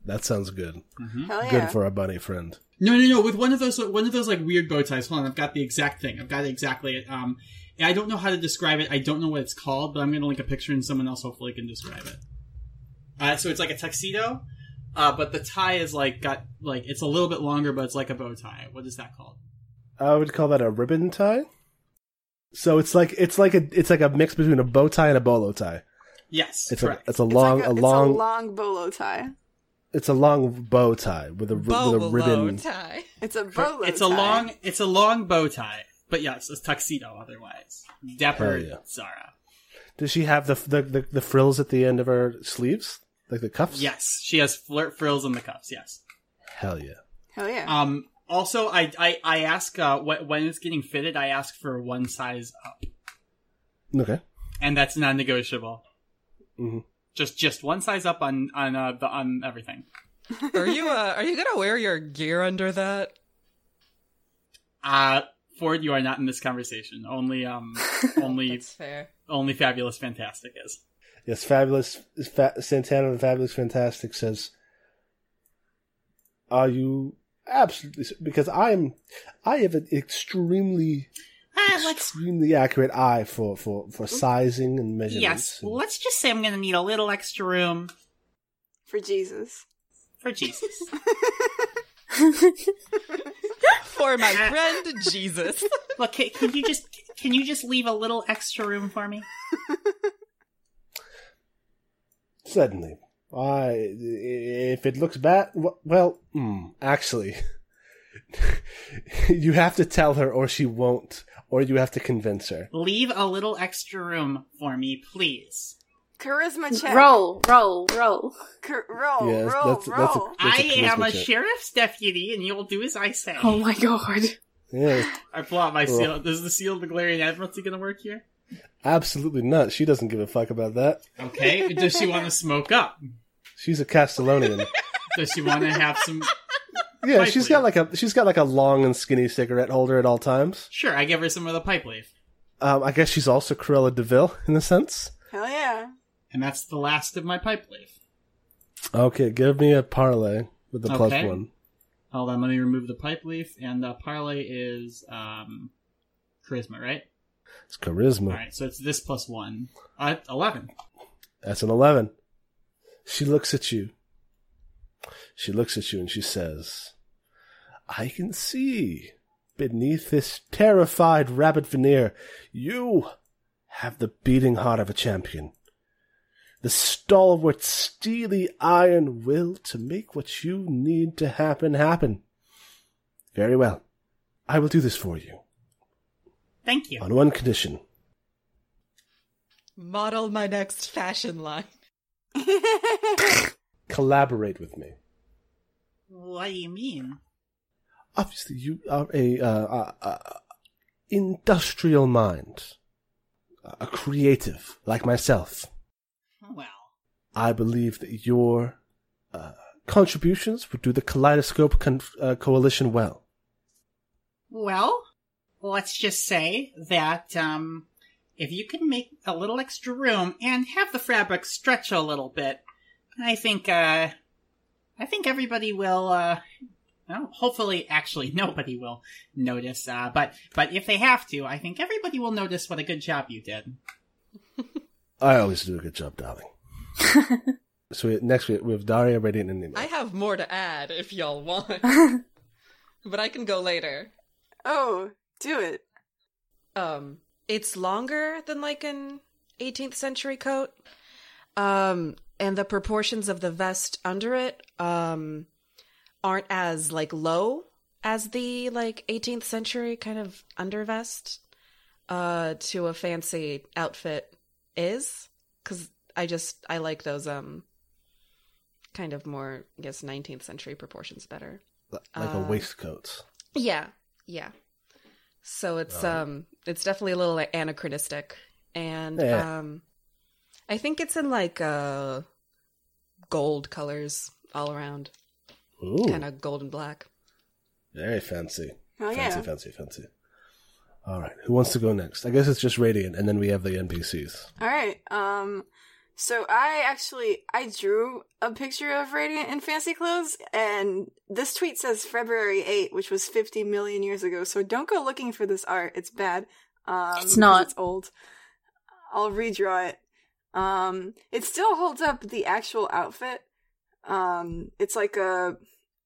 Speaker 1: That sounds good.
Speaker 4: Hell Oh, yeah.
Speaker 1: Good for our bunny friend.
Speaker 2: No, no, no, with one of those one of those like weird bow ties. Hold on, I've got the exact thing. I've got it exactly. Um, and I don't know how to describe it. I don't know what it's called, but I'm gonna link a picture and someone else hopefully can describe it. Uh, so it's like a tuxedo, uh, but the tie is like got like it's a little bit longer, but it's like a bow tie. What is that called?
Speaker 1: I would call that a ribbon tie. So it's like it's like a it's like a mix between a bow tie and a bolo tie.
Speaker 2: Yes,
Speaker 1: It's
Speaker 2: correct.
Speaker 1: a it's a long
Speaker 4: it's like
Speaker 1: a,
Speaker 4: a, it's
Speaker 1: long
Speaker 4: a long bolo tie.
Speaker 1: it's a long bow tie with a ri- with a ribbon.
Speaker 3: tie.
Speaker 4: It's a bolo.
Speaker 2: it's
Speaker 4: tie.
Speaker 2: a long it's a long bow tie but yeah it's a tuxedo otherwise dapper
Speaker 1: Hell yeah.
Speaker 2: zara
Speaker 1: Does she have the, the the the frills at the end of her sleeves, like the cuffs?
Speaker 2: yes she has flirt frills in the cuffs yes
Speaker 1: Hell yeah.
Speaker 4: Hell yeah.
Speaker 2: um also i i, I ask uh wh- when it's getting fitted i ask for one size up
Speaker 1: Okay.
Speaker 2: and that's non-negotiable
Speaker 1: Mhm.
Speaker 2: Just just one size up on on uh, the, on everything.
Speaker 3: Are you uh, are you gonna wear your gear under that?
Speaker 2: Uh Ford, you are not in this conversation. Only um only
Speaker 3: That's fair.
Speaker 2: only fabulous fantastic is.
Speaker 1: Yes, fabulous fa- Santana and fabulous fantastic says, "Are you absolutely s- because I am? I have an extremely,
Speaker 5: Ah, let's.
Speaker 1: extremely accurate eye for for for sizing and measurements.
Speaker 5: Yes, let's just say I'm going to need a little extra room
Speaker 4: For Jesus.
Speaker 5: for Jesus.
Speaker 3: For my friend Jesus.
Speaker 5: Look, can, can you just can you just leave a little extra room for me?
Speaker 1: Suddenly, I if it looks bad, w- well, mm, actually, you have to tell her, or she won't, or you have to convince her.
Speaker 5: Leave a little extra room for me, please.
Speaker 4: Charisma check.
Speaker 6: roll, roll, roll.
Speaker 4: Char- roll,
Speaker 1: Yes,
Speaker 4: roll,
Speaker 1: that's- that's a-
Speaker 4: roll.
Speaker 1: That's
Speaker 5: I
Speaker 1: a
Speaker 5: am
Speaker 1: charisma
Speaker 5: a
Speaker 1: check.
Speaker 5: sheriff's deputy, and you'll do as I say.
Speaker 6: Oh my god.
Speaker 1: Yeah,
Speaker 2: I pull
Speaker 1: Oh.
Speaker 2: out my seal. Is the seal of the Galarian Admiralty going to work here?
Speaker 1: absolutely not. She doesn't give a fuck about that.
Speaker 2: Okay. Does she want to smoke up?
Speaker 1: She's a Castellonian.
Speaker 2: Does she want to have some?
Speaker 1: Yeah,
Speaker 2: Pipe
Speaker 1: she's
Speaker 2: leaf.
Speaker 1: got like a she's got like a long and skinny cigarette holder at all times.
Speaker 2: Sure, I give her some of the pipe leaf,
Speaker 1: Um, I guess she's also Cruella Deville in a sense.
Speaker 4: Hell yeah.
Speaker 2: and that's the last of my pipe leaf.
Speaker 1: Okay, give me a parlay with the plus
Speaker 2: Okay.
Speaker 1: one.
Speaker 2: Hold on, let me remove the pipe leaf, and uh, parlay is um, charisma, right?
Speaker 1: It's charisma.
Speaker 2: All right, so it's this plus one, uh, eleven.
Speaker 1: That's an eleven. She looks at you. She looks at you and she says, "I can see beneath this terrified rabbit veneer, you have the beating heart of a champion." the stalwart, steely iron will to make what you need to happen happen. Very well. I will do this for you,
Speaker 5: Thank you.
Speaker 1: on one condition.
Speaker 3: Model my next fashion line.
Speaker 1: Collaborate with me.
Speaker 5: What do you mean?
Speaker 1: Obviously, you are a, uh, uh, uh, industrial mind, a creative like myself.
Speaker 5: Well,
Speaker 1: I believe that your uh, contributions would do the Kaleidoscope con- uh, Coalition well.
Speaker 5: well, let's just say that um, if you can make a little extra room and have the fabric stretch a little bit, I think uh, I think everybody will. Uh, well, hopefully, actually, nobody will notice. Uh, but but if they have to, I think everybody will notice what a good job you did.
Speaker 1: I always do a good job, darling. so we, next we, we have Daria, Radiant, and Nemo.
Speaker 3: I have more to add if y'all want. but I can go later.
Speaker 4: oh, do it.
Speaker 3: Um it's longer than like an 18th century coat. Um and the proportions of the vest under it um aren't as like low as the like 18th century kind of undervest uh to a fancy outfit is cuz I just I like those um kind of more I guess 19th century proportions better.
Speaker 1: Li- like a
Speaker 3: uh,
Speaker 1: waistcoat.
Speaker 3: Yeah, yeah. So it's um, it's definitely a little like, anachronistic, and
Speaker 1: Yeah.
Speaker 3: um, I think it's in like uh, gold colors all around,
Speaker 1: Ooh,
Speaker 3: kind of Oh, gold and black.
Speaker 1: very fancy.
Speaker 4: Hell
Speaker 1: fancy,
Speaker 4: yeah.
Speaker 1: fancy, fancy. All right, who wants to go next? I guess it's just Radiant, and then we have the NPCs.
Speaker 4: All right. Um so I actually I drew a picture of Radiant in fancy clothes and this tweet says February 8, which was 50 million years ago. So don't go looking for this art. It's bad. Um
Speaker 6: It's not.
Speaker 4: It's old. I'll redraw it. Um it still holds up the actual outfit. Um it's like a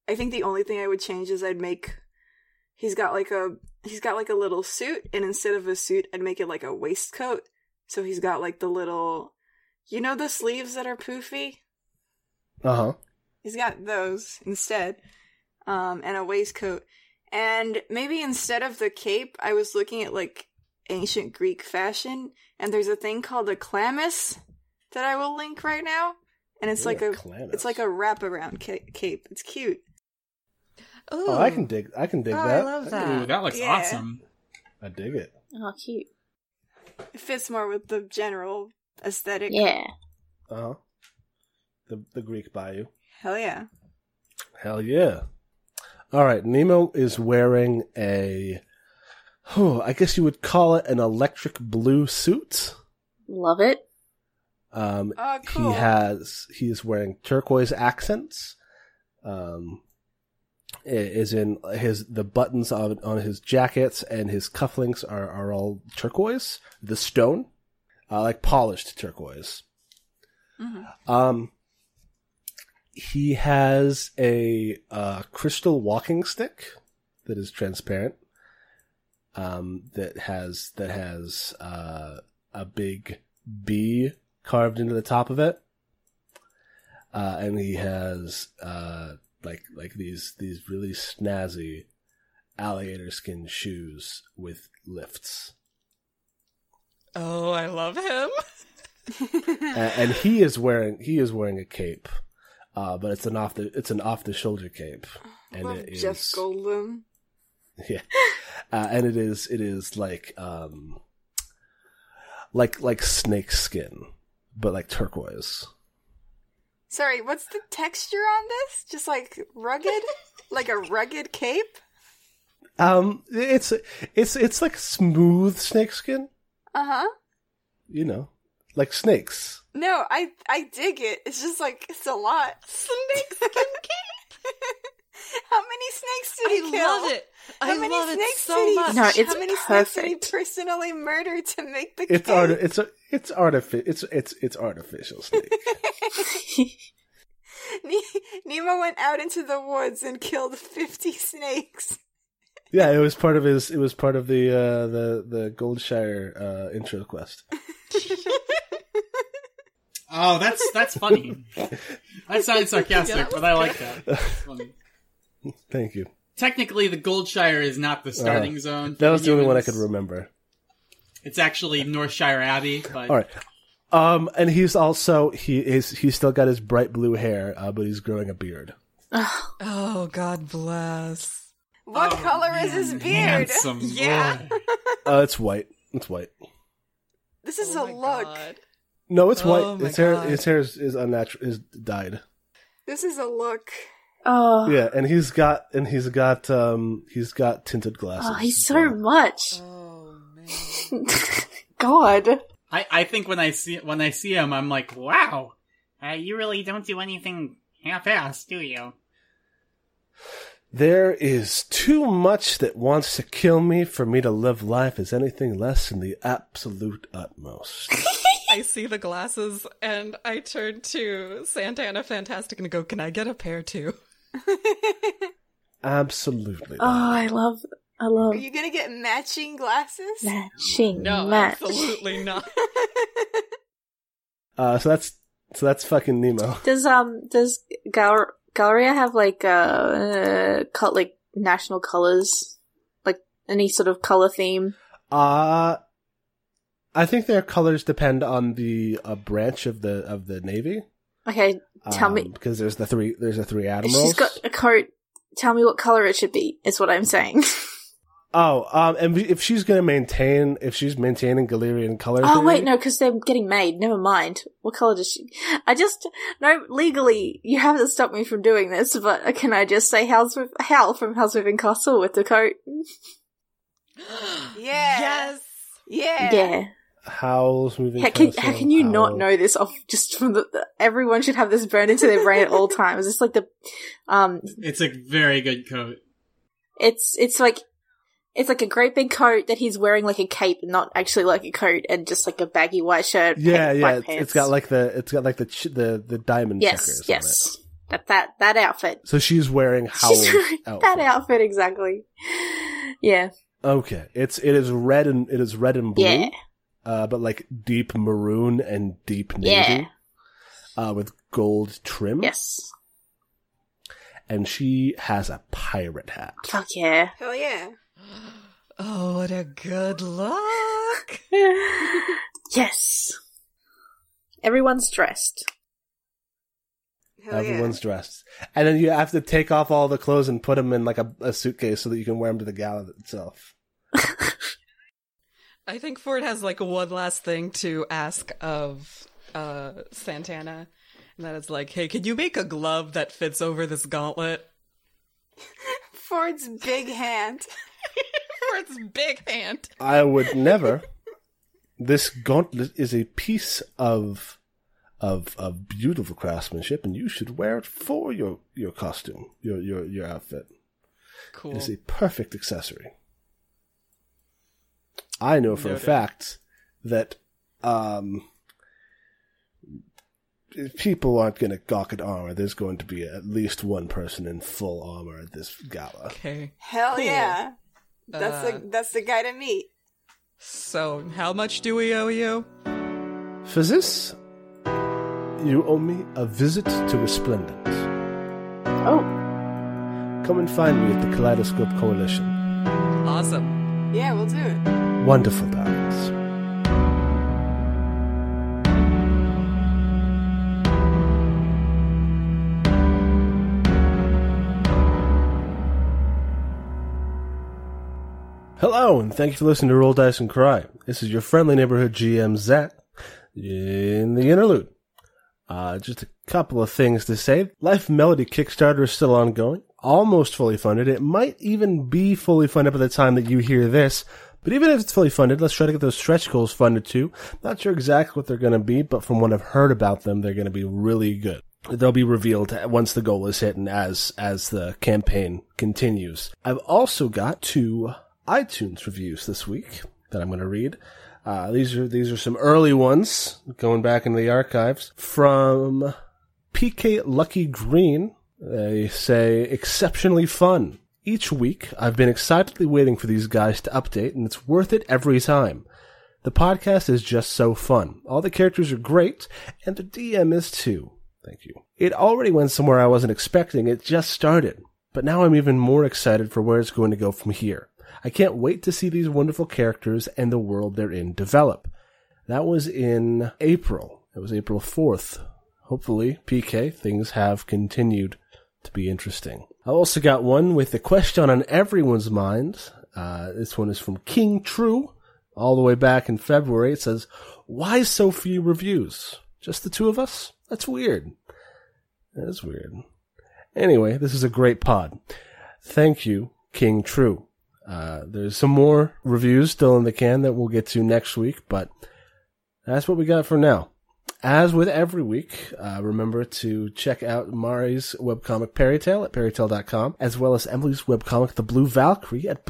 Speaker 4: I think the only thing I would change is I'd make he's got like a he's got like a little suit and instead of a suit I'd make it like a waistcoat so he's got like the little, you know, the sleeves that are poofy.
Speaker 1: Uh huh.
Speaker 4: He's got those instead, um, and a waistcoat. And maybe instead of the cape, I was looking at like ancient Greek fashion, and there's a thing called a chlamys that I will link right now, and it's
Speaker 1: Ooh,
Speaker 4: like
Speaker 1: a
Speaker 4: a
Speaker 1: chlamys.
Speaker 4: it's like a wraparound ca- cape. It's cute.
Speaker 3: Ooh,
Speaker 1: Oh, I can dig. I can dig
Speaker 3: Oh, I
Speaker 1: that.
Speaker 3: love
Speaker 1: can
Speaker 3: that.
Speaker 1: dig-
Speaker 2: Ooh, that looks
Speaker 4: Yeah.
Speaker 2: awesome.
Speaker 1: I dig it.
Speaker 6: oh, cute.
Speaker 4: It fits more with the general aesthetic.
Speaker 6: Yeah.
Speaker 1: Uh huh. The the Greek bayou.
Speaker 4: Hell yeah.
Speaker 1: Hell yeah. All right, Nemo is wearing a, oh, I guess you would call it an electric blue suit.
Speaker 6: Love it.
Speaker 1: Um,
Speaker 4: Oh, cool.
Speaker 1: He has he is wearing turquoise accents. Um, i- is in his the buttons on on his jackets and his cufflinks are are all turquoise, the stone, uh, like polished turquoise.
Speaker 4: Mm-hmm.
Speaker 1: Um, he has a uh, crystal walking stick that is transparent. Um, that has that has uh, a big bee carved into the top of it, uh, and he has uh, like like these these really snazzy alligator skin shoes with lifts.
Speaker 3: Oh, I love him.
Speaker 1: A- and he is wearing he is wearing a cape, uh, but it's an off the it's an off the shoulder cape, and
Speaker 4: Love
Speaker 1: it is
Speaker 4: Jeff Goldblum.
Speaker 1: yeah, uh, and it is it is like um like like snake skin, but like turquoise.
Speaker 4: Sorry, what's the texture on this? Just like rugged, like a rugged cape.
Speaker 1: Um, it's it's it's like smooth snake skin,
Speaker 4: Uh
Speaker 3: Uh-huh.
Speaker 4: huh.
Speaker 1: you know, like snakes.
Speaker 4: No, I I dig it. It's just like it's a lot. Snakes can cape. How many snakes did
Speaker 3: I
Speaker 4: he kill?
Speaker 3: love it.
Speaker 4: How
Speaker 3: I
Speaker 4: many
Speaker 3: love it
Speaker 4: snakes
Speaker 3: so
Speaker 4: did he,
Speaker 3: much.
Speaker 6: No, it's
Speaker 4: how many snakes did he
Speaker 6: perfect.
Speaker 4: personally murder to make the
Speaker 1: It's
Speaker 4: cape?
Speaker 1: art. It's a. It's artifi- It's it's it's artificial snake.
Speaker 4: Ne- Nemo went out into the woods and killed fifty snakes.
Speaker 1: yeah, it was part of his. It was part of the uh, the the Goldshire uh, intro quest.
Speaker 2: Oh, that's that's funny. that sounded sarcastic,
Speaker 3: Yeah, that was
Speaker 2: but I like that. That's funny.
Speaker 1: Thank you.
Speaker 2: Technically, the Goldshire is not the starting
Speaker 1: Uh,
Speaker 2: zone.
Speaker 1: That
Speaker 2: for
Speaker 1: was the only one I
Speaker 2: humans.
Speaker 1: could remember.
Speaker 2: It's actually Northshire Abbey, but
Speaker 1: All right. Um, and he's also he is he's still got his bright blue hair, uh, but he's growing a beard.
Speaker 3: Oh, God bless.
Speaker 4: What
Speaker 2: Oh,
Speaker 4: color is his
Speaker 2: man,
Speaker 4: beard?
Speaker 2: Handsome
Speaker 4: Yeah.
Speaker 2: boy.
Speaker 1: Uh, it's white. It's white.
Speaker 4: This is
Speaker 3: Oh
Speaker 4: a
Speaker 3: my
Speaker 4: look.
Speaker 3: God.
Speaker 1: No, it's
Speaker 3: Oh
Speaker 1: white.
Speaker 3: my
Speaker 1: His hair
Speaker 3: God.
Speaker 1: his hair is, is unnatural. Is dyed.
Speaker 4: This is a look.
Speaker 6: oh,
Speaker 1: Yeah, and he's got and he's got um he's got tinted glasses.
Speaker 6: oh, he's
Speaker 1: as
Speaker 6: so
Speaker 1: well.
Speaker 6: much.
Speaker 3: Oh, man.
Speaker 6: God.
Speaker 2: I, I think when I see when I see him, I'm like, wow,
Speaker 5: Uh, you really don't do anything half-assed, do you?
Speaker 1: There is too much that wants to kill me for me to live life as anything less than the absolute utmost.
Speaker 3: I see the glasses and I turn to Santana Fantastic and go, Can I get a pair too?
Speaker 1: Absolutely.
Speaker 6: Oh, I love, I
Speaker 4: Are
Speaker 3: Um,
Speaker 6: love
Speaker 4: you gonna get matching glasses?
Speaker 6: matching.
Speaker 3: No,
Speaker 6: match.
Speaker 3: absolutely not.
Speaker 1: Uh, so that's so that's fucking Nemo.
Speaker 6: Does um does Gal- Galleria have like uh, uh col- like national colors, like any sort of color theme?
Speaker 1: Uh I think their colors depend on the uh, branch of the of the navy.
Speaker 6: Okay, Tell me-
Speaker 1: because there's the three there's the three admirals.
Speaker 6: she's got a coat. Tell me what color it should be. Is what I'm saying.
Speaker 1: Oh, um, and if she's gonna maintain if she's maintaining Galerian color.
Speaker 6: oh
Speaker 1: theory-
Speaker 6: wait, no, because they're getting made. Never mind. What color does she? I just no legally you haven't stopped me from doing this. But can I just say Hal's with Hal from Hal's Moving Castle with the coat?
Speaker 4: Yeah.
Speaker 3: Yes.
Speaker 4: Yeah.
Speaker 6: Yeah.
Speaker 1: Howl's moving.
Speaker 6: How can,
Speaker 1: Castle,
Speaker 6: how can you not
Speaker 1: Howl.
Speaker 6: know this off just from the, the- everyone should have this burned into their brain at all times. It's like the um
Speaker 2: it's a very good coat.
Speaker 6: it's it's like it's like a great big coat that he's wearing like a cape, not actually like a coat, and just like a baggy white shirt.
Speaker 1: Yeah,
Speaker 6: pink,
Speaker 1: yeah.
Speaker 6: black
Speaker 1: It's,
Speaker 6: pants.
Speaker 1: it's got like the it's got like the ch- the the diamond checkers. on
Speaker 6: yes,
Speaker 1: it.
Speaker 6: yes, that that that outfit.
Speaker 1: So she's wearing Howl's
Speaker 6: She's wearing
Speaker 1: outfit.
Speaker 6: that outfit exactly. Yeah,
Speaker 1: Okay, it's it is red and it is red and blue.
Speaker 6: yeah,
Speaker 1: uh, but like deep maroon and deep navy, uh, with gold trim.
Speaker 6: yes,
Speaker 1: and she has a pirate hat.
Speaker 6: fuck yeah.
Speaker 4: Hell yeah.
Speaker 3: Oh, what a good look.
Speaker 6: yes, everyone's dressed.
Speaker 4: Hell
Speaker 1: Everyone's dressed, and then you have to take off all the clothes and put them in like a, a suitcase so that you can wear them to the gala itself.
Speaker 3: I think Ford has like one last thing to ask of uh, Santana, and that it's like, hey, can you make a glove that fits over this gauntlet
Speaker 4: Ford's big hand.
Speaker 3: for its big hand?
Speaker 1: I would never. This gauntlet is a piece of of of beautiful craftsmanship, and you should wear it for your your costume, your your your outfit.
Speaker 3: Cool.
Speaker 1: It's a perfect accessory. I know for a
Speaker 3: Noted.
Speaker 1: fact that um, if people aren't going to gawk at armor. There's going to be at least one person in full armor at this gala.
Speaker 3: Okay.
Speaker 4: Hell
Speaker 3: Cool.
Speaker 4: yeah. That's
Speaker 3: Uh,
Speaker 4: the that's the guy to meet.
Speaker 3: So, how much do we owe you?
Speaker 1: For this, you owe me a visit to Resplendent.
Speaker 6: Oh,
Speaker 1: Come and find me at the Kaleidoscope Coalition.
Speaker 3: Awesome.
Speaker 4: Yeah, we'll do it.
Speaker 1: Wonderful balance. Hello, and thank you for listening to Roll Dice and Cry. This is your friendly neighborhood GM, Zach, in the interlude. Uh, just a couple of things to say. Life Melody Kickstarter is still ongoing, almost fully funded. It might even be fully funded by the time that you hear this. But even if it's fully funded, let's try to get those stretch goals funded too. Not sure exactly what they're going to be, but from what I've heard about them, they're going to be really good. They'll be revealed once the goal is hit and as as the campaign continues. I've also got two iTunes reviews this week that I'm going to read. Uh, these are these are some early ones going back into the archives from PK Lucky Green. They say exceptionally fun. Each week, I've been excitedly waiting for these guys to update, and it's worth it every time. The podcast is just so fun. All the characters are great, and the DM is too. Thank you. It already went somewhere I wasn't expecting. It just started. But now I'm even more excited for where it's going to go from here. I can't wait to see these wonderful characters and the world they're in develop. That was in April. It was April 4th. Hopefully, PK, things have continued to be interesting. I also got one with a question on everyone's mind. Uh, this one is from King True, all the way back in February. It says, Why so few reviews? Just the two of us? That's weird. That is weird. Anyway, this is a great pod. Thank you, King True. Uh, there's some more reviews still in the can that we'll get to next week, but that's what we got for now. As with every week, uh, remember to check out Mari's webcomic Perrytale at perrytale.com, as well as Emily's webcomic The Blue Valkyrie at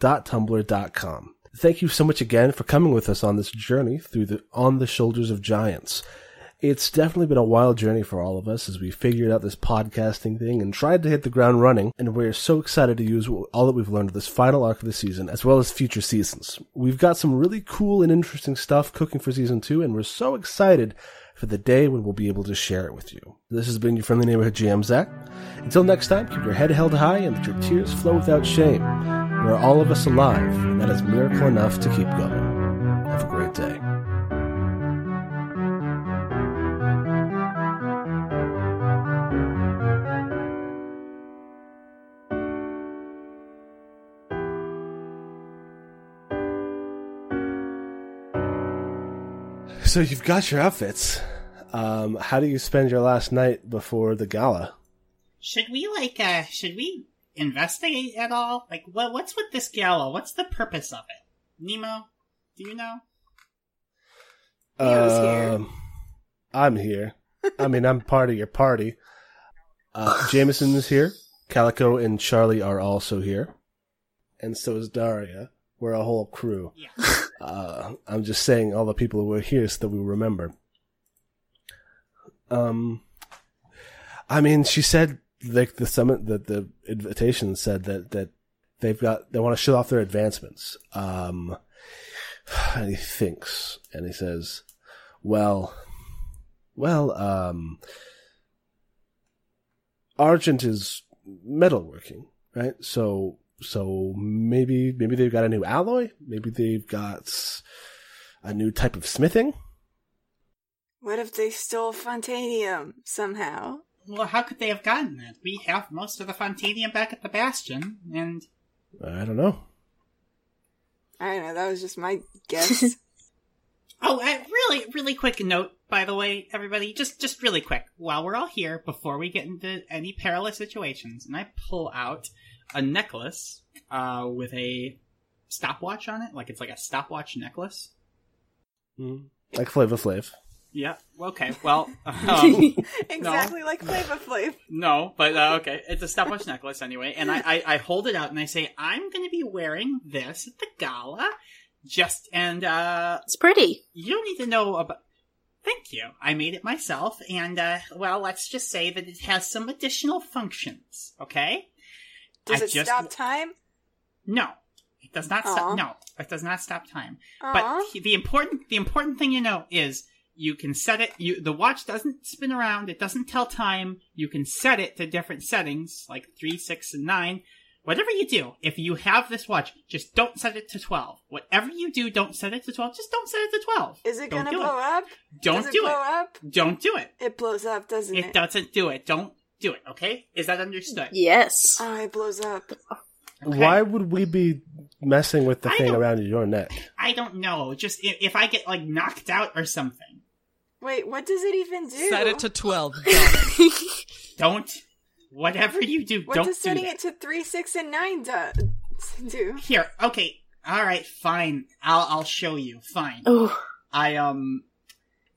Speaker 1: bluevalkyriecomic.tumblr.com. Thank you so much again for coming with us on this journey through the On the Shoulders of Giants. It's definitely been a wild journey for all of us as we figured out this podcasting thing and tried to hit the ground running, and we're so excited to use what- all that we've learned of this final arc of the season as well as future seasons. We've got some really cool and interesting stuff cooking for season two, and we're so excited for the day when we'll be able to share it with you. This has been your friendly neighborhood GM Zach. Until next time, keep your head held high and let your tears flow without shame. We are all of us alive, and that is miracle enough to keep going. Have a great day. So you've got your outfits. Um, how do you spend your last night before the gala?
Speaker 5: Should we like uh should we investigate at all? Like what what's with this gala? What's the purpose of it? Nemo, do you know?
Speaker 4: Nemo's here.
Speaker 1: Um, I'm here. I mean, I'm part of your party. Uh, Jameson is here. Calico and Charlie are also here, and so is Daria. We're a whole crew.
Speaker 5: Yeah.
Speaker 1: Uh, I'm just saying all the people who were here so that we remember. Um, I mean, she said like the summit that the invitation said that that they've got they want to show off their advancements. Um, and he thinks and he says, "Well, well, um, Argent is metalworking, right? So." So maybe maybe they've got a new alloy. Maybe they've got a new type of smithing.
Speaker 4: What if they stole Fontanium somehow?
Speaker 5: Well, how could they have gotten it? We have most of the Fontanium back at the Bastion, and
Speaker 1: I don't know.
Speaker 4: I don't know, that was just my guess.
Speaker 5: Oh, uh, really, really quick note, by the way, everybody, just just really quick. While we're all here, before we get into any perilous situations, and I pull out a necklace uh, with a stopwatch on it, like it's like a stopwatch necklace. Hmm.
Speaker 1: Like Flavor Flav.
Speaker 5: Yeah. Okay. Well, um,
Speaker 4: Exactly like Flavor Flav.
Speaker 2: No,
Speaker 5: but uh, okay, it's a stopwatch necklace anyway, and I, I I hold it out and I say, I'm going to be wearing this at the gala. Just and uh,
Speaker 6: It's pretty.
Speaker 5: you don't need to know about. Thank you. I made it myself, and uh, well, let's just say that it has some additional functions. Okay?
Speaker 4: Does
Speaker 5: I
Speaker 4: it
Speaker 5: just-
Speaker 4: stop time?
Speaker 5: No, it does not
Speaker 4: Aw.
Speaker 5: stop. No, it does not stop time.
Speaker 4: Aw.
Speaker 5: But he- the important the important thing you know is you can set it. You the watch doesn't spin around. It doesn't tell time. You can set it to different settings like three, six, and nine. Whatever you do, if you have this watch, just don't set it to twelve. Whatever you do, don't set it to twelve. Just don't set it to twelve.
Speaker 4: Is it
Speaker 5: Don't
Speaker 4: gonna
Speaker 5: do
Speaker 4: blow up?
Speaker 5: Don't
Speaker 4: Does it
Speaker 5: do
Speaker 4: blow
Speaker 5: it.
Speaker 4: up?
Speaker 5: Don't do it.
Speaker 4: It blows up, doesn't it?
Speaker 5: It doesn't do it. Don't do it. Okay? Is that understood?
Speaker 6: Yes.
Speaker 4: Oh, it blows up.
Speaker 5: Okay.
Speaker 1: Why would we be messing with the
Speaker 5: I
Speaker 1: thing
Speaker 5: don't-
Speaker 1: around your neck?
Speaker 5: I don't know. Just i- if I get like knocked out or something,
Speaker 4: Wait, what does it even do?
Speaker 3: Set it to 12. Got it.
Speaker 5: don't. Whatever you do,
Speaker 4: what
Speaker 5: don't do
Speaker 4: does setting
Speaker 5: that. Oh.
Speaker 4: it to three, six, and nine do? do?
Speaker 5: Here, okay, all right, fine. I'll I'll show you. Fine.
Speaker 6: Oh,
Speaker 5: I um,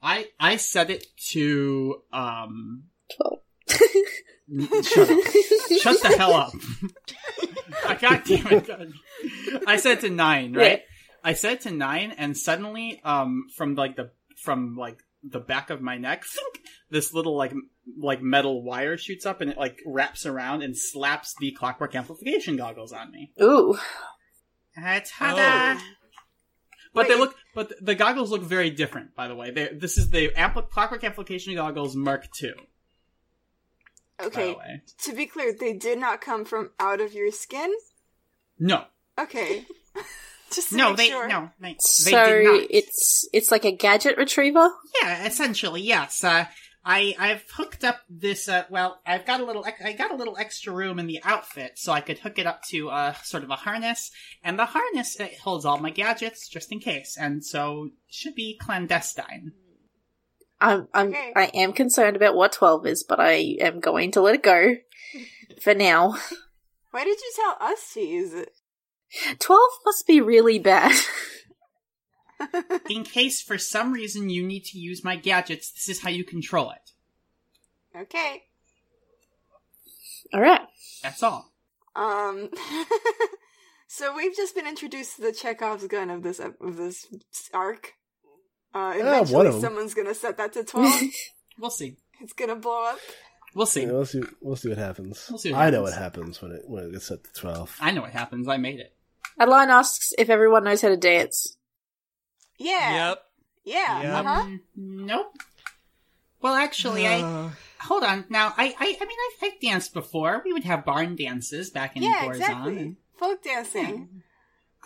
Speaker 5: I I set it to um.
Speaker 6: 12.
Speaker 5: Shut up. Shut the hell up. God damn it. God. I said to nine, right? I said to nine and suddenly, um, from like the, from like the back of my neck, thunk, this little like, m- like metal wire shoots up and it like wraps around and slaps the clockwork amplification goggles on me.
Speaker 6: Ooh.
Speaker 5: Uh, ta-da.
Speaker 4: Oh.
Speaker 5: But they
Speaker 4: Wait.
Speaker 5: look, but the goggles look very different, by the way. They're, this is the ampli- clockwork amplification goggles Mark II, by
Speaker 4: Okay,
Speaker 5: the way.
Speaker 4: to be clear, they did not come from out of your skin.
Speaker 5: No,
Speaker 4: Okay, just to
Speaker 5: no,
Speaker 4: make
Speaker 5: they,
Speaker 4: sure.
Speaker 5: no, they, they
Speaker 6: So
Speaker 5: did not.
Speaker 6: it's it's like a gadget retriever.
Speaker 5: Yeah, essentially, yes. Uh, I I've hooked up this. Uh, well, I've got a little. ex- I got a little extra room in the outfit, so I could hook it up to uh, sort of a harness, and the harness it holds all my gadgets just in case, and so should be clandestine.
Speaker 6: I'm I'm
Speaker 4: Okay.
Speaker 6: I am concerned about what twelve is, but I am going to let it go for now.
Speaker 4: Why did you tell us to use it?
Speaker 6: Twelve must be really bad.
Speaker 5: In case for some reason you need to use my gadgets, this is how you control it.
Speaker 4: Okay.
Speaker 6: All right.
Speaker 5: That's all.
Speaker 4: Um. so we've just been introduced to the Chekhov's gun of this ep- of this arc. Uh,
Speaker 1: Yeah, Ah, one
Speaker 4: eventually,
Speaker 1: of 'em.
Speaker 4: someone's gonna set that to twelve.
Speaker 5: We'll see.
Speaker 4: it's gonna blow up.
Speaker 5: We'll
Speaker 1: Yeah,
Speaker 5: see.
Speaker 1: we'll see. We'll see what happens.
Speaker 5: We'll see what
Speaker 1: I know what
Speaker 5: happens.
Speaker 1: happens when it when it gets set to twelve.
Speaker 5: I know what happens. I made it.
Speaker 6: Adeline asks if everyone knows how to dance.
Speaker 4: Yeah.
Speaker 3: Yep.
Speaker 4: Yeah.
Speaker 3: Yep.
Speaker 4: Uh-huh.
Speaker 5: Mm, nope. Well, actually, I
Speaker 3: Uh,
Speaker 5: Hold on. Now, I, I, I mean, I've, I've danced before. We would have barn dances back in
Speaker 4: Yeah.
Speaker 5: Gorzon.
Speaker 4: Exactly. Folk dancing.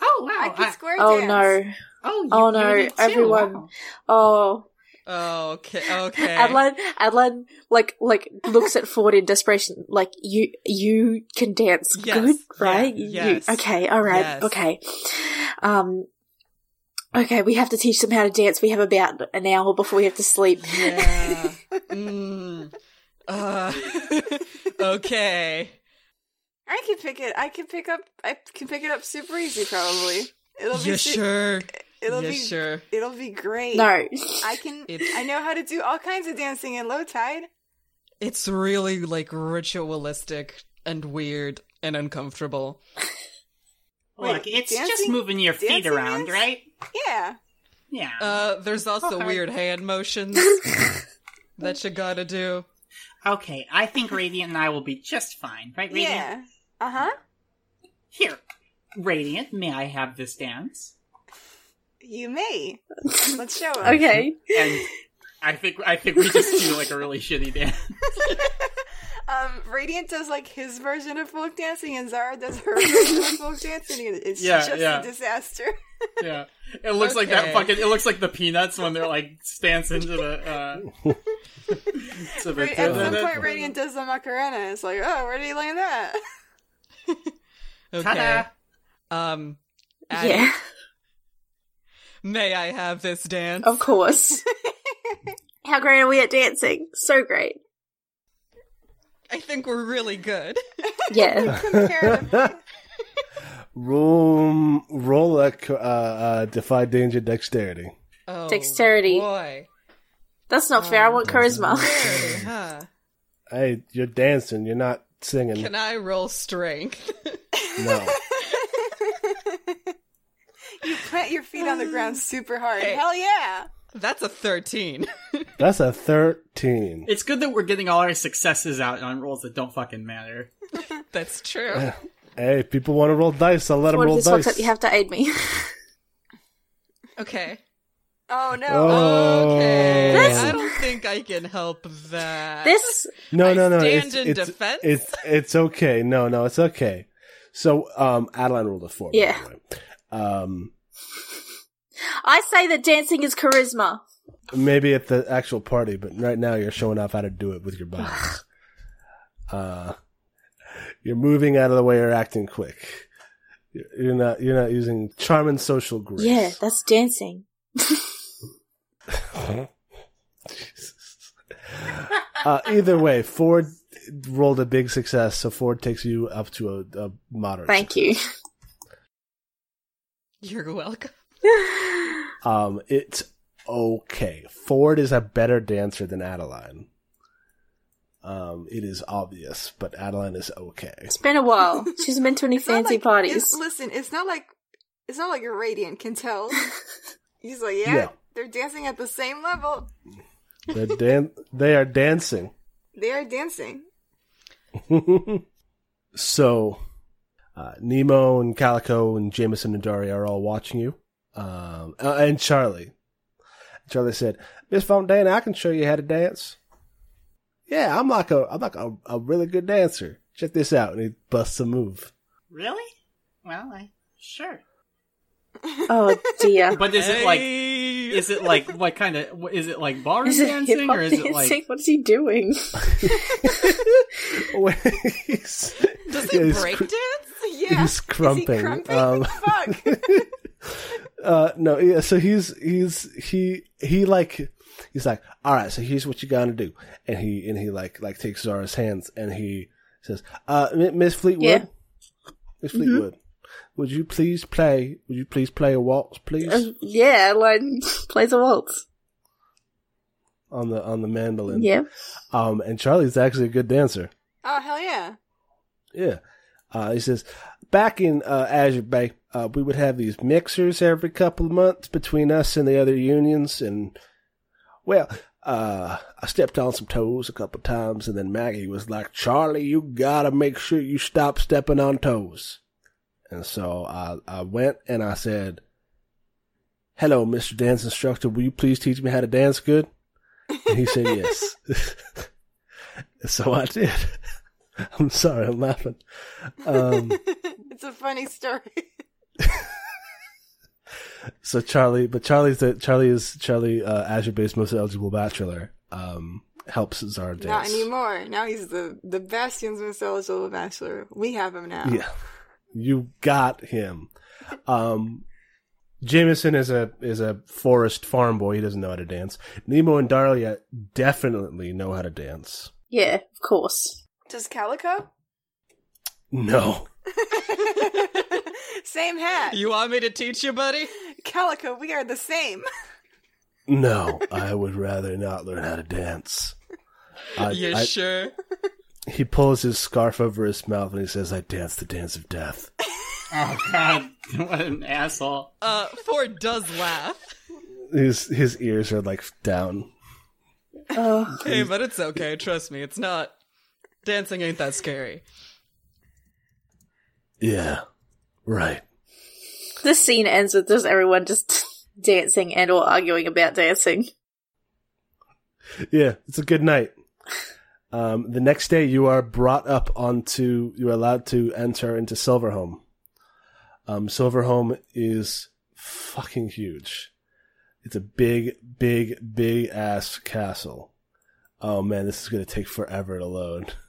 Speaker 5: Oh, wow.
Speaker 4: I can
Speaker 5: I-
Speaker 4: square
Speaker 6: Oh
Speaker 4: dance.
Speaker 6: no.
Speaker 5: oh, you,
Speaker 6: Oh,
Speaker 5: you
Speaker 6: no,
Speaker 5: did too.
Speaker 6: everyone.
Speaker 5: Wow.
Speaker 6: Oh,
Speaker 3: oh, okay. Okay.
Speaker 6: Adeline, Adeline, like, like looks at Ford in desperation. Like, you, you can dance
Speaker 3: Yes,
Speaker 6: good,
Speaker 3: yeah,
Speaker 6: right? You- you-
Speaker 3: yes,
Speaker 6: okay, all right,
Speaker 3: yes.
Speaker 6: okay. Um, okay, we have to teach them how to dance. We have about an hour before we have to sleep.
Speaker 3: Yeah. Mm. Uh, okay.
Speaker 4: I can pick it. I can pick up. I can pick it up super easy. Probably. It'll be.
Speaker 3: You
Speaker 4: su-
Speaker 3: sure?
Speaker 4: It'll
Speaker 3: you
Speaker 4: be.
Speaker 3: sure?
Speaker 4: It'll be great.
Speaker 6: No,
Speaker 4: I can.
Speaker 3: It's-
Speaker 4: I know how to do all kinds of dancing in low tide.
Speaker 3: It's really like ritualistic and weird and uncomfortable.
Speaker 5: Look,
Speaker 4: Wait,
Speaker 5: it's just
Speaker 4: dancing-
Speaker 5: moving your feet
Speaker 4: dancing
Speaker 5: around,
Speaker 4: is?
Speaker 5: right?
Speaker 4: Yeah.
Speaker 5: Yeah.
Speaker 3: Uh, there's also
Speaker 5: Alright.
Speaker 3: weird hand motions that you gotta do.
Speaker 5: okay, I think Radiant and I will be just fine, right, Radiant?
Speaker 4: Yeah. Uh huh.
Speaker 5: Here, Radiant, may I have this dance?
Speaker 4: You may. Let's show him.
Speaker 6: okay.
Speaker 5: And I think I think we just do like a really shitty dance.
Speaker 4: Um, Radiant does like his version of folk dancing, and Zara does her version of folk dancing, and it's
Speaker 5: Yeah,
Speaker 4: just
Speaker 5: yeah.
Speaker 4: a disaster.
Speaker 5: Yeah, it looks like that
Speaker 3: Okay.
Speaker 5: fucking. It looks like the peanuts when they're like stance into the. Uh, to the-
Speaker 4: Right, at some point, Radiant does the Macarena. and It's like, oh, where do you learn that?
Speaker 3: Okay.
Speaker 5: Ta-da!
Speaker 3: Um. Addie,
Speaker 6: Yeah.
Speaker 3: May I have this dance?
Speaker 6: Of course. How great are we at dancing? So great.
Speaker 3: I think we're really good.
Speaker 6: Yeah.
Speaker 4: Comparatively.
Speaker 1: roll, roll a c- uh, uh, defy danger dexterity.
Speaker 3: Oh,
Speaker 6: Dexterity.
Speaker 3: Boy.
Speaker 6: That's not
Speaker 3: Oh,
Speaker 6: fair. I want charisma.
Speaker 3: Dexterity, huh?
Speaker 1: Hey, you're dancing. You're not singing.
Speaker 3: Can I roll strength?
Speaker 1: no.
Speaker 4: you plant your feet on the ground super hard.
Speaker 3: Hey.
Speaker 4: Hell yeah!
Speaker 3: That's a 13.
Speaker 1: That's a 13.
Speaker 2: It's good that we're getting all our successes out on rolls that don't fucking matter.
Speaker 3: That's true.
Speaker 1: Hey, if people want to roll dice, I'll let them
Speaker 6: What if
Speaker 1: roll
Speaker 6: this fucks
Speaker 1: dice.
Speaker 6: up? You have to aid me.
Speaker 3: Okay.
Speaker 4: Oh no!
Speaker 1: Oh.
Speaker 3: Okay.
Speaker 1: This-
Speaker 3: I don't think I can help that.
Speaker 6: this
Speaker 1: no,
Speaker 3: I
Speaker 1: no, no.
Speaker 3: stand
Speaker 1: it's,
Speaker 3: in
Speaker 1: it's,
Speaker 3: defense.
Speaker 1: It's, it's okay. No, no, it's okay. So, um, Adeline rolled a four. by
Speaker 6: Yeah.
Speaker 1: the way. Um,
Speaker 6: I say that dancing is charisma.
Speaker 1: maybe at the actual party, but right now you're showing off how to do it with your body. uh, you're moving out of the way or acting quick. You're you're not. You're not using charm and social grace.
Speaker 6: Yeah, that's dancing.
Speaker 1: Jesus. Uh, either way, Ford rolled a big success, so Ford takes you up to a, a moderate.
Speaker 6: Thank you.
Speaker 3: You're welcome.
Speaker 1: Um, it's okay. Ford is a better dancer than Adeline. Um, it is obvious, but Adeline is okay.
Speaker 6: It's been a while. She's been to any
Speaker 4: It's not
Speaker 6: fancy
Speaker 4: like-
Speaker 6: parties.
Speaker 4: it's- listen, it's not like it's not like your radiant can tell. He's like, yeah,
Speaker 1: Yeah.
Speaker 4: they're dancing at the same level.
Speaker 1: They're dan- they are dancing.
Speaker 4: They are dancing.
Speaker 1: so, uh, Nemo and Calico and Jameson and Daria are all watching you. Um, uh, and Charlie. Charlie said, Miss Fontaine, I can show you how to dance. Yeah, I'm like a, I'm like a, a really good dancer. Check this out. And he busts a move.
Speaker 5: Really? Well, I sure.
Speaker 6: oh dear.
Speaker 2: But is it like
Speaker 3: Hey.
Speaker 2: is it like what kind of is it like ballroom
Speaker 6: Is it hip
Speaker 2: dancing
Speaker 6: hop
Speaker 2: or is
Speaker 6: dancing?
Speaker 2: it like
Speaker 6: What is he doing?
Speaker 1: Does he
Speaker 3: Does he break dance?
Speaker 4: Yeah,
Speaker 1: He's crumping.
Speaker 4: Is he crumping?
Speaker 1: Um,
Speaker 4: Fuck.
Speaker 1: uh no yeah so he's he's he he like he's like all right so here's what you gotta do and he and he like like takes zara's hands and he says uh M- miss fleetwood
Speaker 6: Yeah.
Speaker 1: miss fleetwood would you please play would you please play a waltz please
Speaker 6: Uh, yeah, like plays a waltz.
Speaker 1: on the on the mandolin
Speaker 6: Yeah.
Speaker 1: um and charlie's actually a good dancer
Speaker 4: Oh hell yeah!
Speaker 1: Yeah. Uh, he says, back in uh, Azure Bay, uh, we would have these mixers every couple of months between us and the other unions. And, well, uh, I stepped on some toes a couple of times, and then Maggie was like, Charlie, you gotta make sure you stop stepping on toes. And so I, I went and I said, Hello, Mr. Dance Instructor, will you please teach me how to dance good? And he said, Yes. so I did. I'm sorry, I'm laughing. Um,
Speaker 4: it's a funny story.
Speaker 1: so Charlie, but Charlie's the Charlie is Charlie uh, Azure based most eligible bachelor. Um, helps Zara dance.
Speaker 4: Not anymore. Now he's the the Bastion's most eligible bachelor. We have him now.
Speaker 1: Yeah, you got him. Um, Jameson is a is a forest farm boy. He doesn't know how to dance. Nemo and Daria definitely know how to dance.
Speaker 6: Yeah, of course.
Speaker 4: Does Calico?
Speaker 1: No,
Speaker 4: same hat.
Speaker 3: You want me to teach you, buddy?
Speaker 4: Calico, we are the same.
Speaker 1: no, I would rather not learn how to dance. I,
Speaker 3: you
Speaker 1: I-
Speaker 3: sure?
Speaker 1: he pulls his scarf over his mouth and he says, "I dance the dance of death."
Speaker 2: oh god, what an asshole.
Speaker 3: Uh, Ford does laugh.
Speaker 1: his his ears are like down.
Speaker 6: Oh,
Speaker 3: Hey, but it's okay. Trust me, it's not. Dancing ain't that scary.
Speaker 1: Yeah, right.
Speaker 6: this scene ends with just everyone just dancing and or arguing about dancing.
Speaker 1: Yeah, it's a good night. Um, the next day, you are brought up onto. You are allowed to enter into Silverhome. Um, Silverhome is fucking huge. It's a big, big, big ass castle. Oh man, this is gonna take forever to load.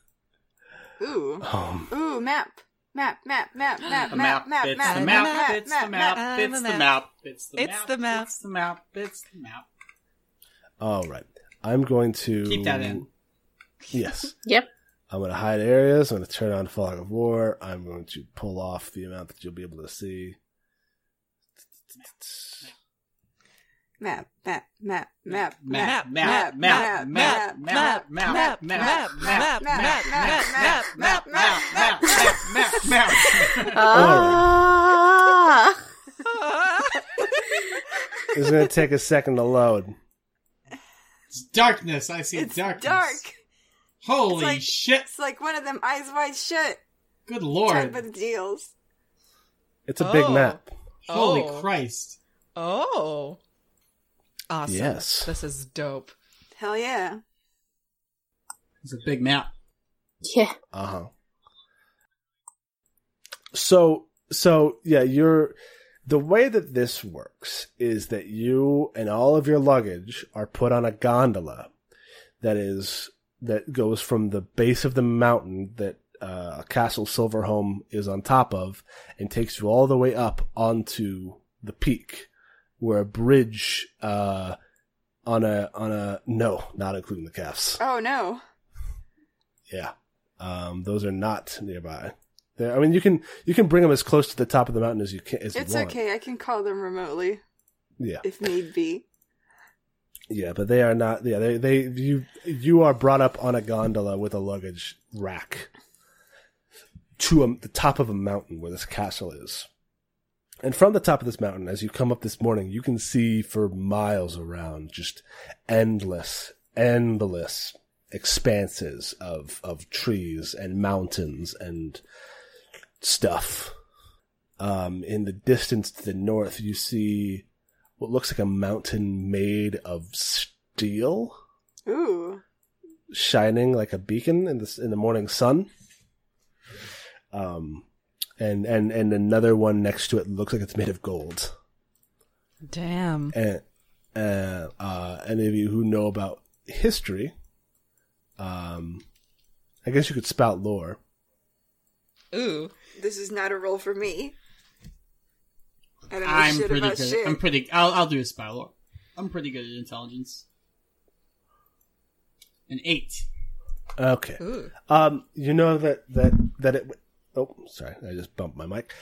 Speaker 4: Ooh.
Speaker 1: Um,
Speaker 4: Ooh, map. map, map, map, map,
Speaker 2: A
Speaker 4: map,
Speaker 2: map,
Speaker 4: map,
Speaker 2: it's
Speaker 4: map,
Speaker 2: the map, it's the map,
Speaker 3: map,
Speaker 2: it's the
Speaker 3: map.
Speaker 2: map, it's the
Speaker 3: It's
Speaker 2: map,
Speaker 3: the map.
Speaker 2: it's the map, it's the map.
Speaker 1: All right. I'm going to
Speaker 2: Keep that in.
Speaker 1: Yes.
Speaker 6: Yep.
Speaker 1: I'm going to hide areas. I'm going to turn on fog of war. I'm going to pull off the amount that you'll be able to see.
Speaker 4: map, map, map, map, map,
Speaker 2: Map, map, map, map, map, map, map, map, map, map, map, map, map, map, map, map, map, map.
Speaker 6: Ah.
Speaker 1: It's going to take a second to load.
Speaker 2: It's darkness. I see
Speaker 4: It's
Speaker 2: darkness.
Speaker 4: dark. It's
Speaker 2: Holy
Speaker 4: like-
Speaker 2: shit.
Speaker 4: It's like one of them eyes wide shut
Speaker 2: Good
Speaker 4: type of
Speaker 2: lord.
Speaker 4: deals.
Speaker 1: It's a big
Speaker 3: Oh.
Speaker 1: map.
Speaker 2: Holy
Speaker 3: Oh.
Speaker 2: Christ.
Speaker 3: Oh. Awesome.
Speaker 1: Yes.
Speaker 3: This is dope.
Speaker 4: Hell yeah.
Speaker 2: It's a big map.
Speaker 6: yeah.
Speaker 1: Uh huh. So, so yeah, you're the way that this works is that you and all of your luggage are put on a gondola that is that goes from the base of the mountain that uh, Castle Silverhome is on top of, and takes you all the way up onto the peak, where a bridge uh, on a on a no, not including the calves.
Speaker 4: Oh no.
Speaker 1: Yeah, um, those are not nearby. There, I mean, you can you can bring them as close to the top of the mountain as you can. As you
Speaker 4: It's
Speaker 1: want.
Speaker 4: okay. I can call them remotely
Speaker 1: Yeah,
Speaker 4: if need be.
Speaker 1: yeah, but they are not. Yeah, they they you you are brought up on a gondola with a luggage rack to a, the top of a mountain where this castle is. And from the top of this mountain, as you come up this morning, you can see for miles around just endless, endless expanses of of trees and mountains and stuff. Um, in the distance to the north, you see what looks like a mountain made of steel,
Speaker 4: Ooh.
Speaker 1: shining like a beacon in the in the morning sun. Um, and and and another one next to it looks like it's made of gold.
Speaker 3: Damn.
Speaker 1: And uh, uh, any of you who know about history, um, I guess you could spout lore.
Speaker 3: Ooh.
Speaker 4: This is not a role for me. I don't know
Speaker 2: I'm
Speaker 4: shit
Speaker 2: pretty
Speaker 4: about
Speaker 2: good.
Speaker 4: shit.
Speaker 2: I'm pretty. I'll, I'll do a spy lore. I'm pretty good at intelligence. An eight.
Speaker 1: Okay.
Speaker 3: Ooh.
Speaker 1: Um, you know that that that it. Oh, sorry, I just bumped my mic.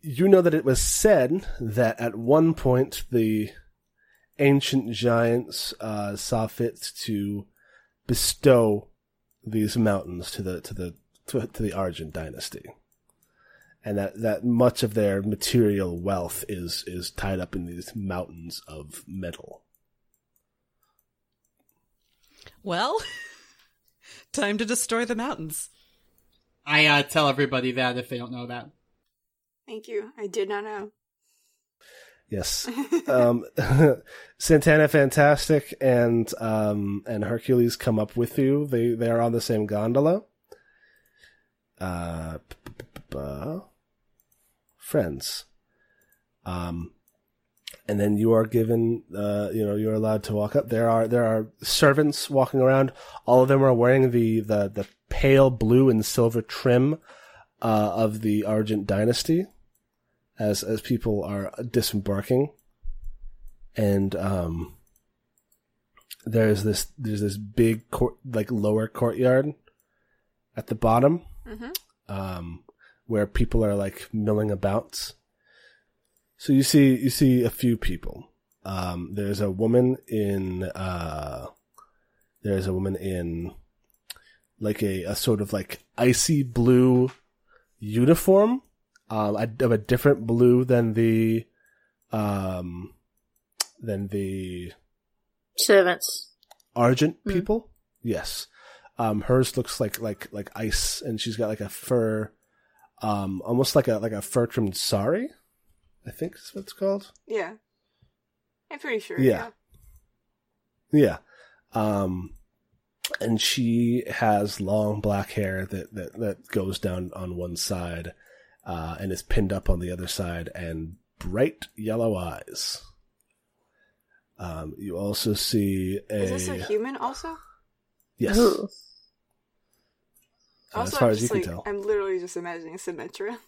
Speaker 1: You know that it was said that at one point the ancient giants uh, saw fit to bestow these mountains to the to the to, to the Argent dynasty, and that that much of their material wealth is is tied up in these mountains of metal.
Speaker 3: Well, time to destroy the mountains.
Speaker 2: I uh, tell everybody that if they don't know that.
Speaker 4: Thank you. I did not know.
Speaker 1: Yes. um, Santana Fantastic and um, and Hercules come up with you. They they are on the same gondola. Uh, p- p- p- p- friends. Um, and then you are given, uh, you know, you're allowed to walk up. There are there are servants walking around. All of them are wearing the the, the pale blue and silver trim uh, of the Argent Dynasty as as people are disembarking, and um, there's this there's this big court like lower courtyard at the bottom,
Speaker 4: Mhm.
Speaker 1: um, where people are like milling about. So you see you see a few people. Um, there's a woman in uh, there's a woman in like a, a sort of like icy blue uniform um, a- of a different blue than the, um, than the
Speaker 6: Servants.
Speaker 1: argent
Speaker 6: Hmm.
Speaker 1: people. Yes, um, hers looks like like like ice, and she's got like a fur, um, almost like a like a fur trimmed sari. I think is what it's called.
Speaker 4: Yeah. I'm pretty sure.
Speaker 1: Yeah. Yeah. Um, and she has long black hair that, that, that goes down on one side, uh, and is pinned up on the other side and bright yellow eyes. Um, you also see a,
Speaker 4: Is this a human also?
Speaker 1: yes,
Speaker 6: Ooh.
Speaker 1: So
Speaker 4: also,
Speaker 1: as far
Speaker 4: I'm
Speaker 1: as you
Speaker 4: just,
Speaker 1: can
Speaker 4: like,
Speaker 1: tell,
Speaker 4: I'm literally just imagining Symmetra.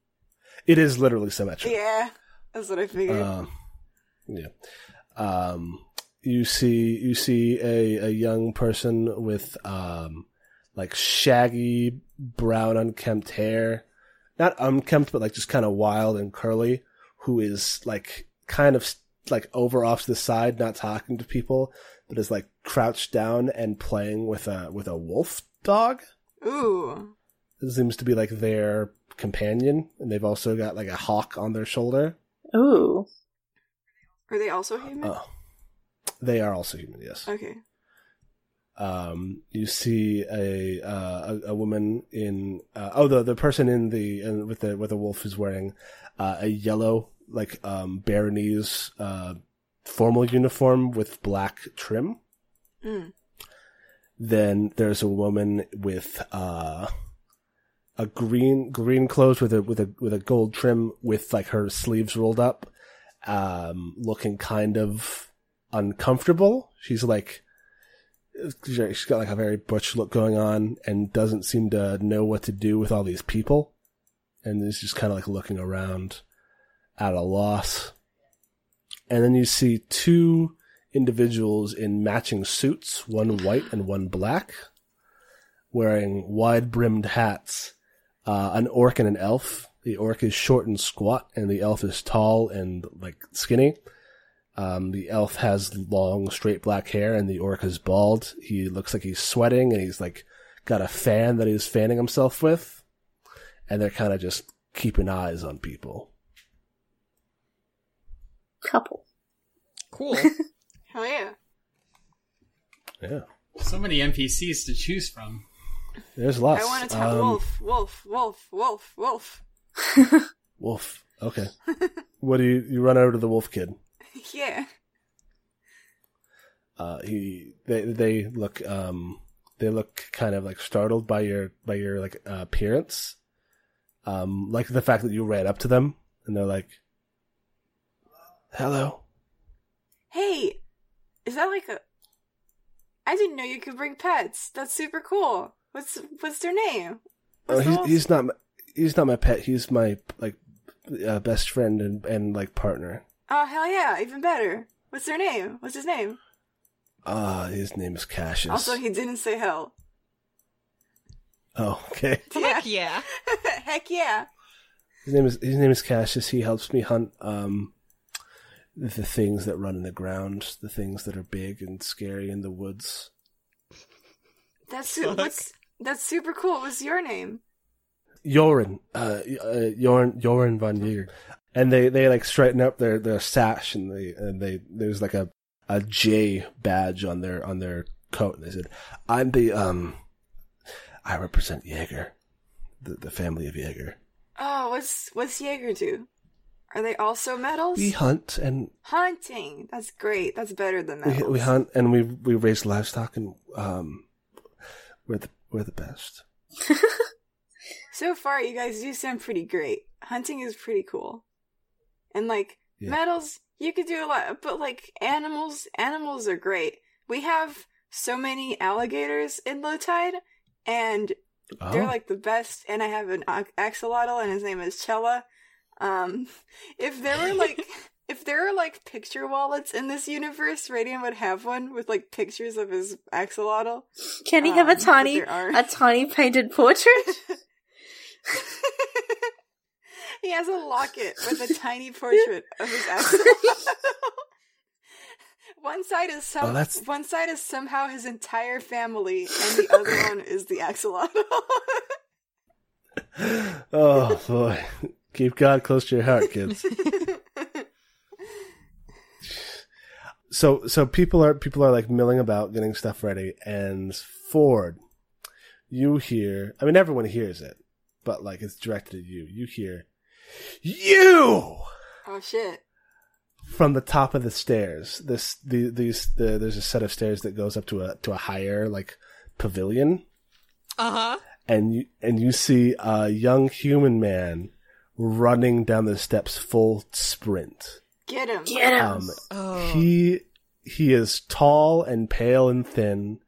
Speaker 1: it is literally symmetric.
Speaker 4: Yeah, that's what I figured.
Speaker 1: Uh, yeah. Um, you see, you see a, a young person with um, like shaggy brown unkempt hair, not unkempt, but like just kind of wild and curly, who is like kind of like over off to the side, not talking to people, but is like crouched down and playing with a with a wolf dog.
Speaker 4: Ooh,
Speaker 1: It seems to be like their companion, and they've also got like a hawk on their shoulder.
Speaker 6: Ooh.
Speaker 4: are they also human?
Speaker 1: Oh. They are also human, yes.
Speaker 4: Okay.
Speaker 1: Um, you see a uh, a, a woman in uh, oh the the person in the in, with the with the wolf is wearing uh, a yellow like um, Baronese uh, formal uniform with black trim.
Speaker 4: Mm.
Speaker 1: Then there's a woman with uh, a green green clothes with a with a with a gold trim with like her sleeves rolled up, um, looking kind of uncomfortable. She's like she's got like a very butch look going on and doesn't seem to know what to do with all these people, and is just kind of like looking around at a loss. And then you see two individuals in matching suits, one white and one black, wearing wide brimmed hats. Uh, an orc and an elf. The orc is short and squat, and the elf is tall and like skinny. Um, the elf has long, straight black hair, and the orc is bald. He looks like he's sweating, and he's like got a fan that he's fanning himself with. And they're kind of just keeping eyes on people.
Speaker 6: Couple.
Speaker 3: Cool.
Speaker 4: Hell yeah.
Speaker 1: Yeah,
Speaker 2: So many NPCs to choose from.
Speaker 1: there's lots.
Speaker 4: I want to tell
Speaker 1: Um,
Speaker 4: Wolf, Wolf, Wolf, Wolf, Wolf.
Speaker 1: Wolf. Okay. what do you you run over to the wolf kid?
Speaker 4: yeah.
Speaker 1: Uh, he they they look um they look kind of like startled by your by your like uh, appearance, um like the fact that you ran up to them and they're like, "Hello."
Speaker 4: Hey, is that like a? I didn't know you could bring pets. That's super cool. What's what's their name?
Speaker 1: Oh,
Speaker 4: What's the
Speaker 1: he's,
Speaker 4: wolf's-
Speaker 1: he's not my, he's not my pet. He's my like uh, best friend and and like partner.
Speaker 4: Oh hell yeah! Even better. What's their name? What's his name?
Speaker 1: Ah, his name is Cassius.
Speaker 4: Also, he didn't say hell.
Speaker 1: oh, okay.
Speaker 4: Yeah.
Speaker 3: Heck yeah.
Speaker 4: Heck yeah.
Speaker 1: His name is his name is Cassius. He helps me hunt um the things that run in the ground, the things that are big and scary in the woods.
Speaker 4: That's su- what's that's super cool. What's your name?
Speaker 1: Yorin, uh, y- uh Yorin, Yorin von Yeager. And they, they like straighten up their, their sash and they, and they, there's like a, a J badge on their, on their coat. And they said, I'm the, um, I represent Jaeger, the, the family of Jaeger.
Speaker 4: Oh, what's what's Jaeger do? Are they also metals?
Speaker 1: We hunt and
Speaker 4: Hunting. That's great. That's better than
Speaker 1: we,
Speaker 4: metals.
Speaker 1: we hunt and we, we raise livestock and, um, we're the, we're the best.
Speaker 4: So far, you guys do sound pretty great. Hunting is pretty cool, and like
Speaker 1: Yeah.
Speaker 4: metals, you could do a lot. But like animals, animals are great. We have so many alligators in low tide, and they're
Speaker 1: Oh.
Speaker 4: like the best. And I have an ac- axolotl, and his name is Chella. Um, if there were like. If there were like picture wallets in this universe, Radiant would have one with like pictures of his axolotl.
Speaker 6: Can he have
Speaker 4: Um,
Speaker 6: a
Speaker 4: but
Speaker 6: tiny
Speaker 4: there are-
Speaker 6: a tiny painted portrait?
Speaker 4: he has a locket with a tiny portrait of his axolotl. one side is some,
Speaker 1: Oh, that's-
Speaker 4: one side is somehow his entire family, and the other one is the axolotl.
Speaker 1: oh boy. Keep God close to your heart, kids. so so people are people are like milling about getting stuff ready and Ford, you hear I mean everyone hears it, but like it's directed at you. You hear you
Speaker 4: oh shit!
Speaker 1: from the top of the stairs. This the these the, there's a set of stairs that goes up to a to a higher like pavilion
Speaker 3: Uh huh.
Speaker 1: and you, and you see a young human man running down the steps full sprint.
Speaker 4: Get him!
Speaker 6: Get him.
Speaker 1: Um,
Speaker 3: Oh.
Speaker 1: he he is tall and pale and thin.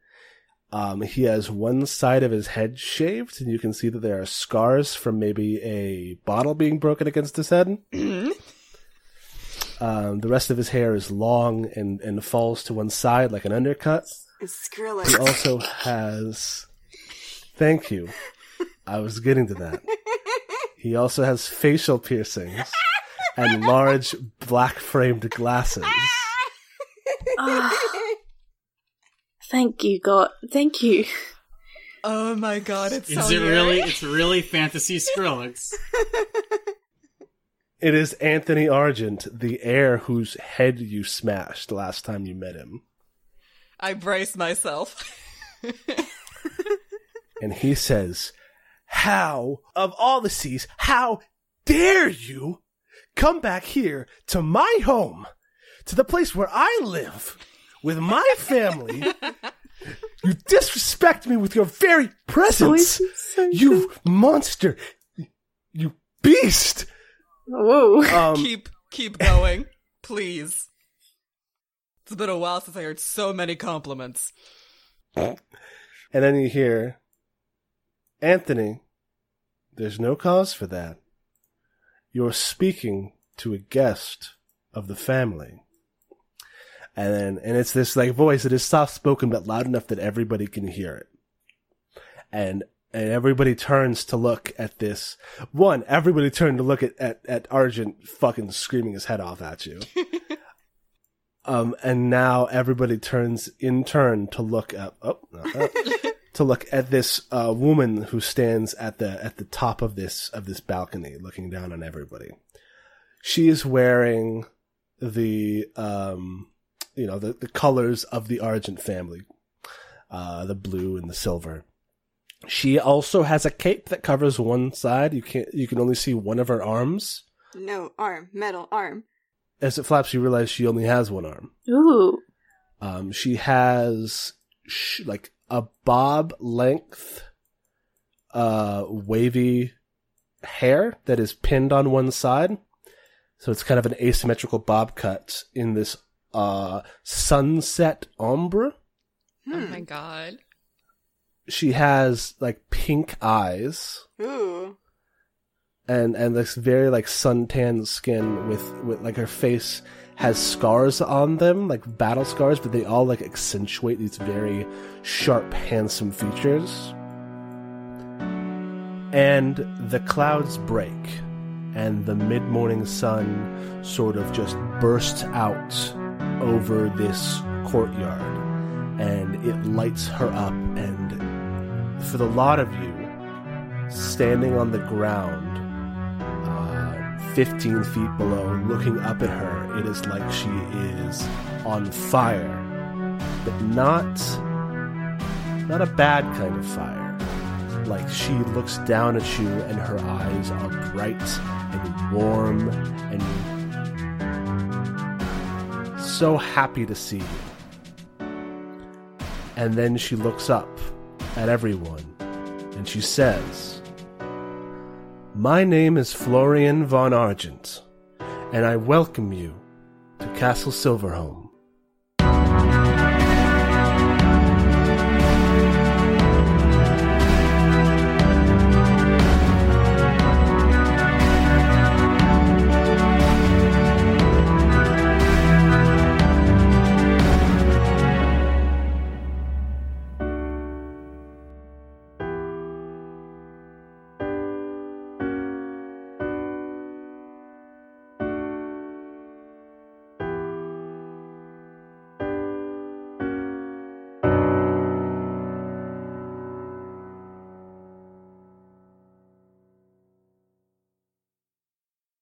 Speaker 1: Um, he has one side of his head shaved, and you can see that there are scars from maybe a bottle being broken against his head. Um, the rest of his hair is long and, and falls to one side like an undercut.
Speaker 4: It's
Speaker 1: He
Speaker 4: Skrillex.
Speaker 1: also has. Thank you. I was getting to that. He also has facial piercings and large black framed glasses.
Speaker 6: Ah. thank you, God. Thank you.
Speaker 3: Oh my god, it's
Speaker 2: Is
Speaker 3: so
Speaker 2: it
Speaker 3: eerie.
Speaker 2: really? It's really fantasy Skrillex.
Speaker 1: It is Anthony Argent, the heir whose head you smashed last time you met him.
Speaker 3: I brace myself.
Speaker 1: And he says, How, of all the seas, how dare you come back here to my home, to the place where I live with my family? you disrespect me with your very presence! You monster! You beast!
Speaker 6: Whoa.
Speaker 1: Um,
Speaker 3: keep keep going, please. It's been a while since I heard so many compliments.
Speaker 1: And then you hear, Anthony, there's no cause for that. You're speaking to a guest of the family. And then, and it's this like voice that is soft spoken but loud enough that everybody can hear it. And, and everybody turns to look at this. One, everybody turned to look at, at, at Argent fucking screaming his head off at you. um, and now everybody turns in turn to look at, oh, not that to look at this uh, woman who stands at the at the top of this of this balcony, looking down on everybody. She is wearing the um, you know the, the colors of the Argent family, uh, the blue and the silver. She also has a cape that covers one side. You can not you can only see one of her arms.
Speaker 4: no arm, metal arm.
Speaker 1: As it flaps, you realize she only has one arm.
Speaker 6: Ooh.
Speaker 1: Um, she has sh- like a bob length, uh, wavy hair that is pinned on one side. So it's kind of an asymmetrical bob cut in this, uh, sunset ombre.
Speaker 3: Oh my god.
Speaker 1: She has like pink eyes
Speaker 4: Ooh,
Speaker 1: and, and this very like suntan skin with, with like her face has scars on them, like battle scars, but they all like accentuate these very sharp, handsome features. And the clouds break, and the mid morning sun sort of just bursts out over this courtyard, and it lights her up. And for the lot of you, standing on the ground, uh, 15 feet below, looking up at her, it is like she is on fire, but not not a bad kind of fire. Like she looks down at you, and her eyes are bright and warm and so happy to see you. And then she looks up at everyone and she says, My name is Florian von Argent, and I welcome you to Castle Silverhome.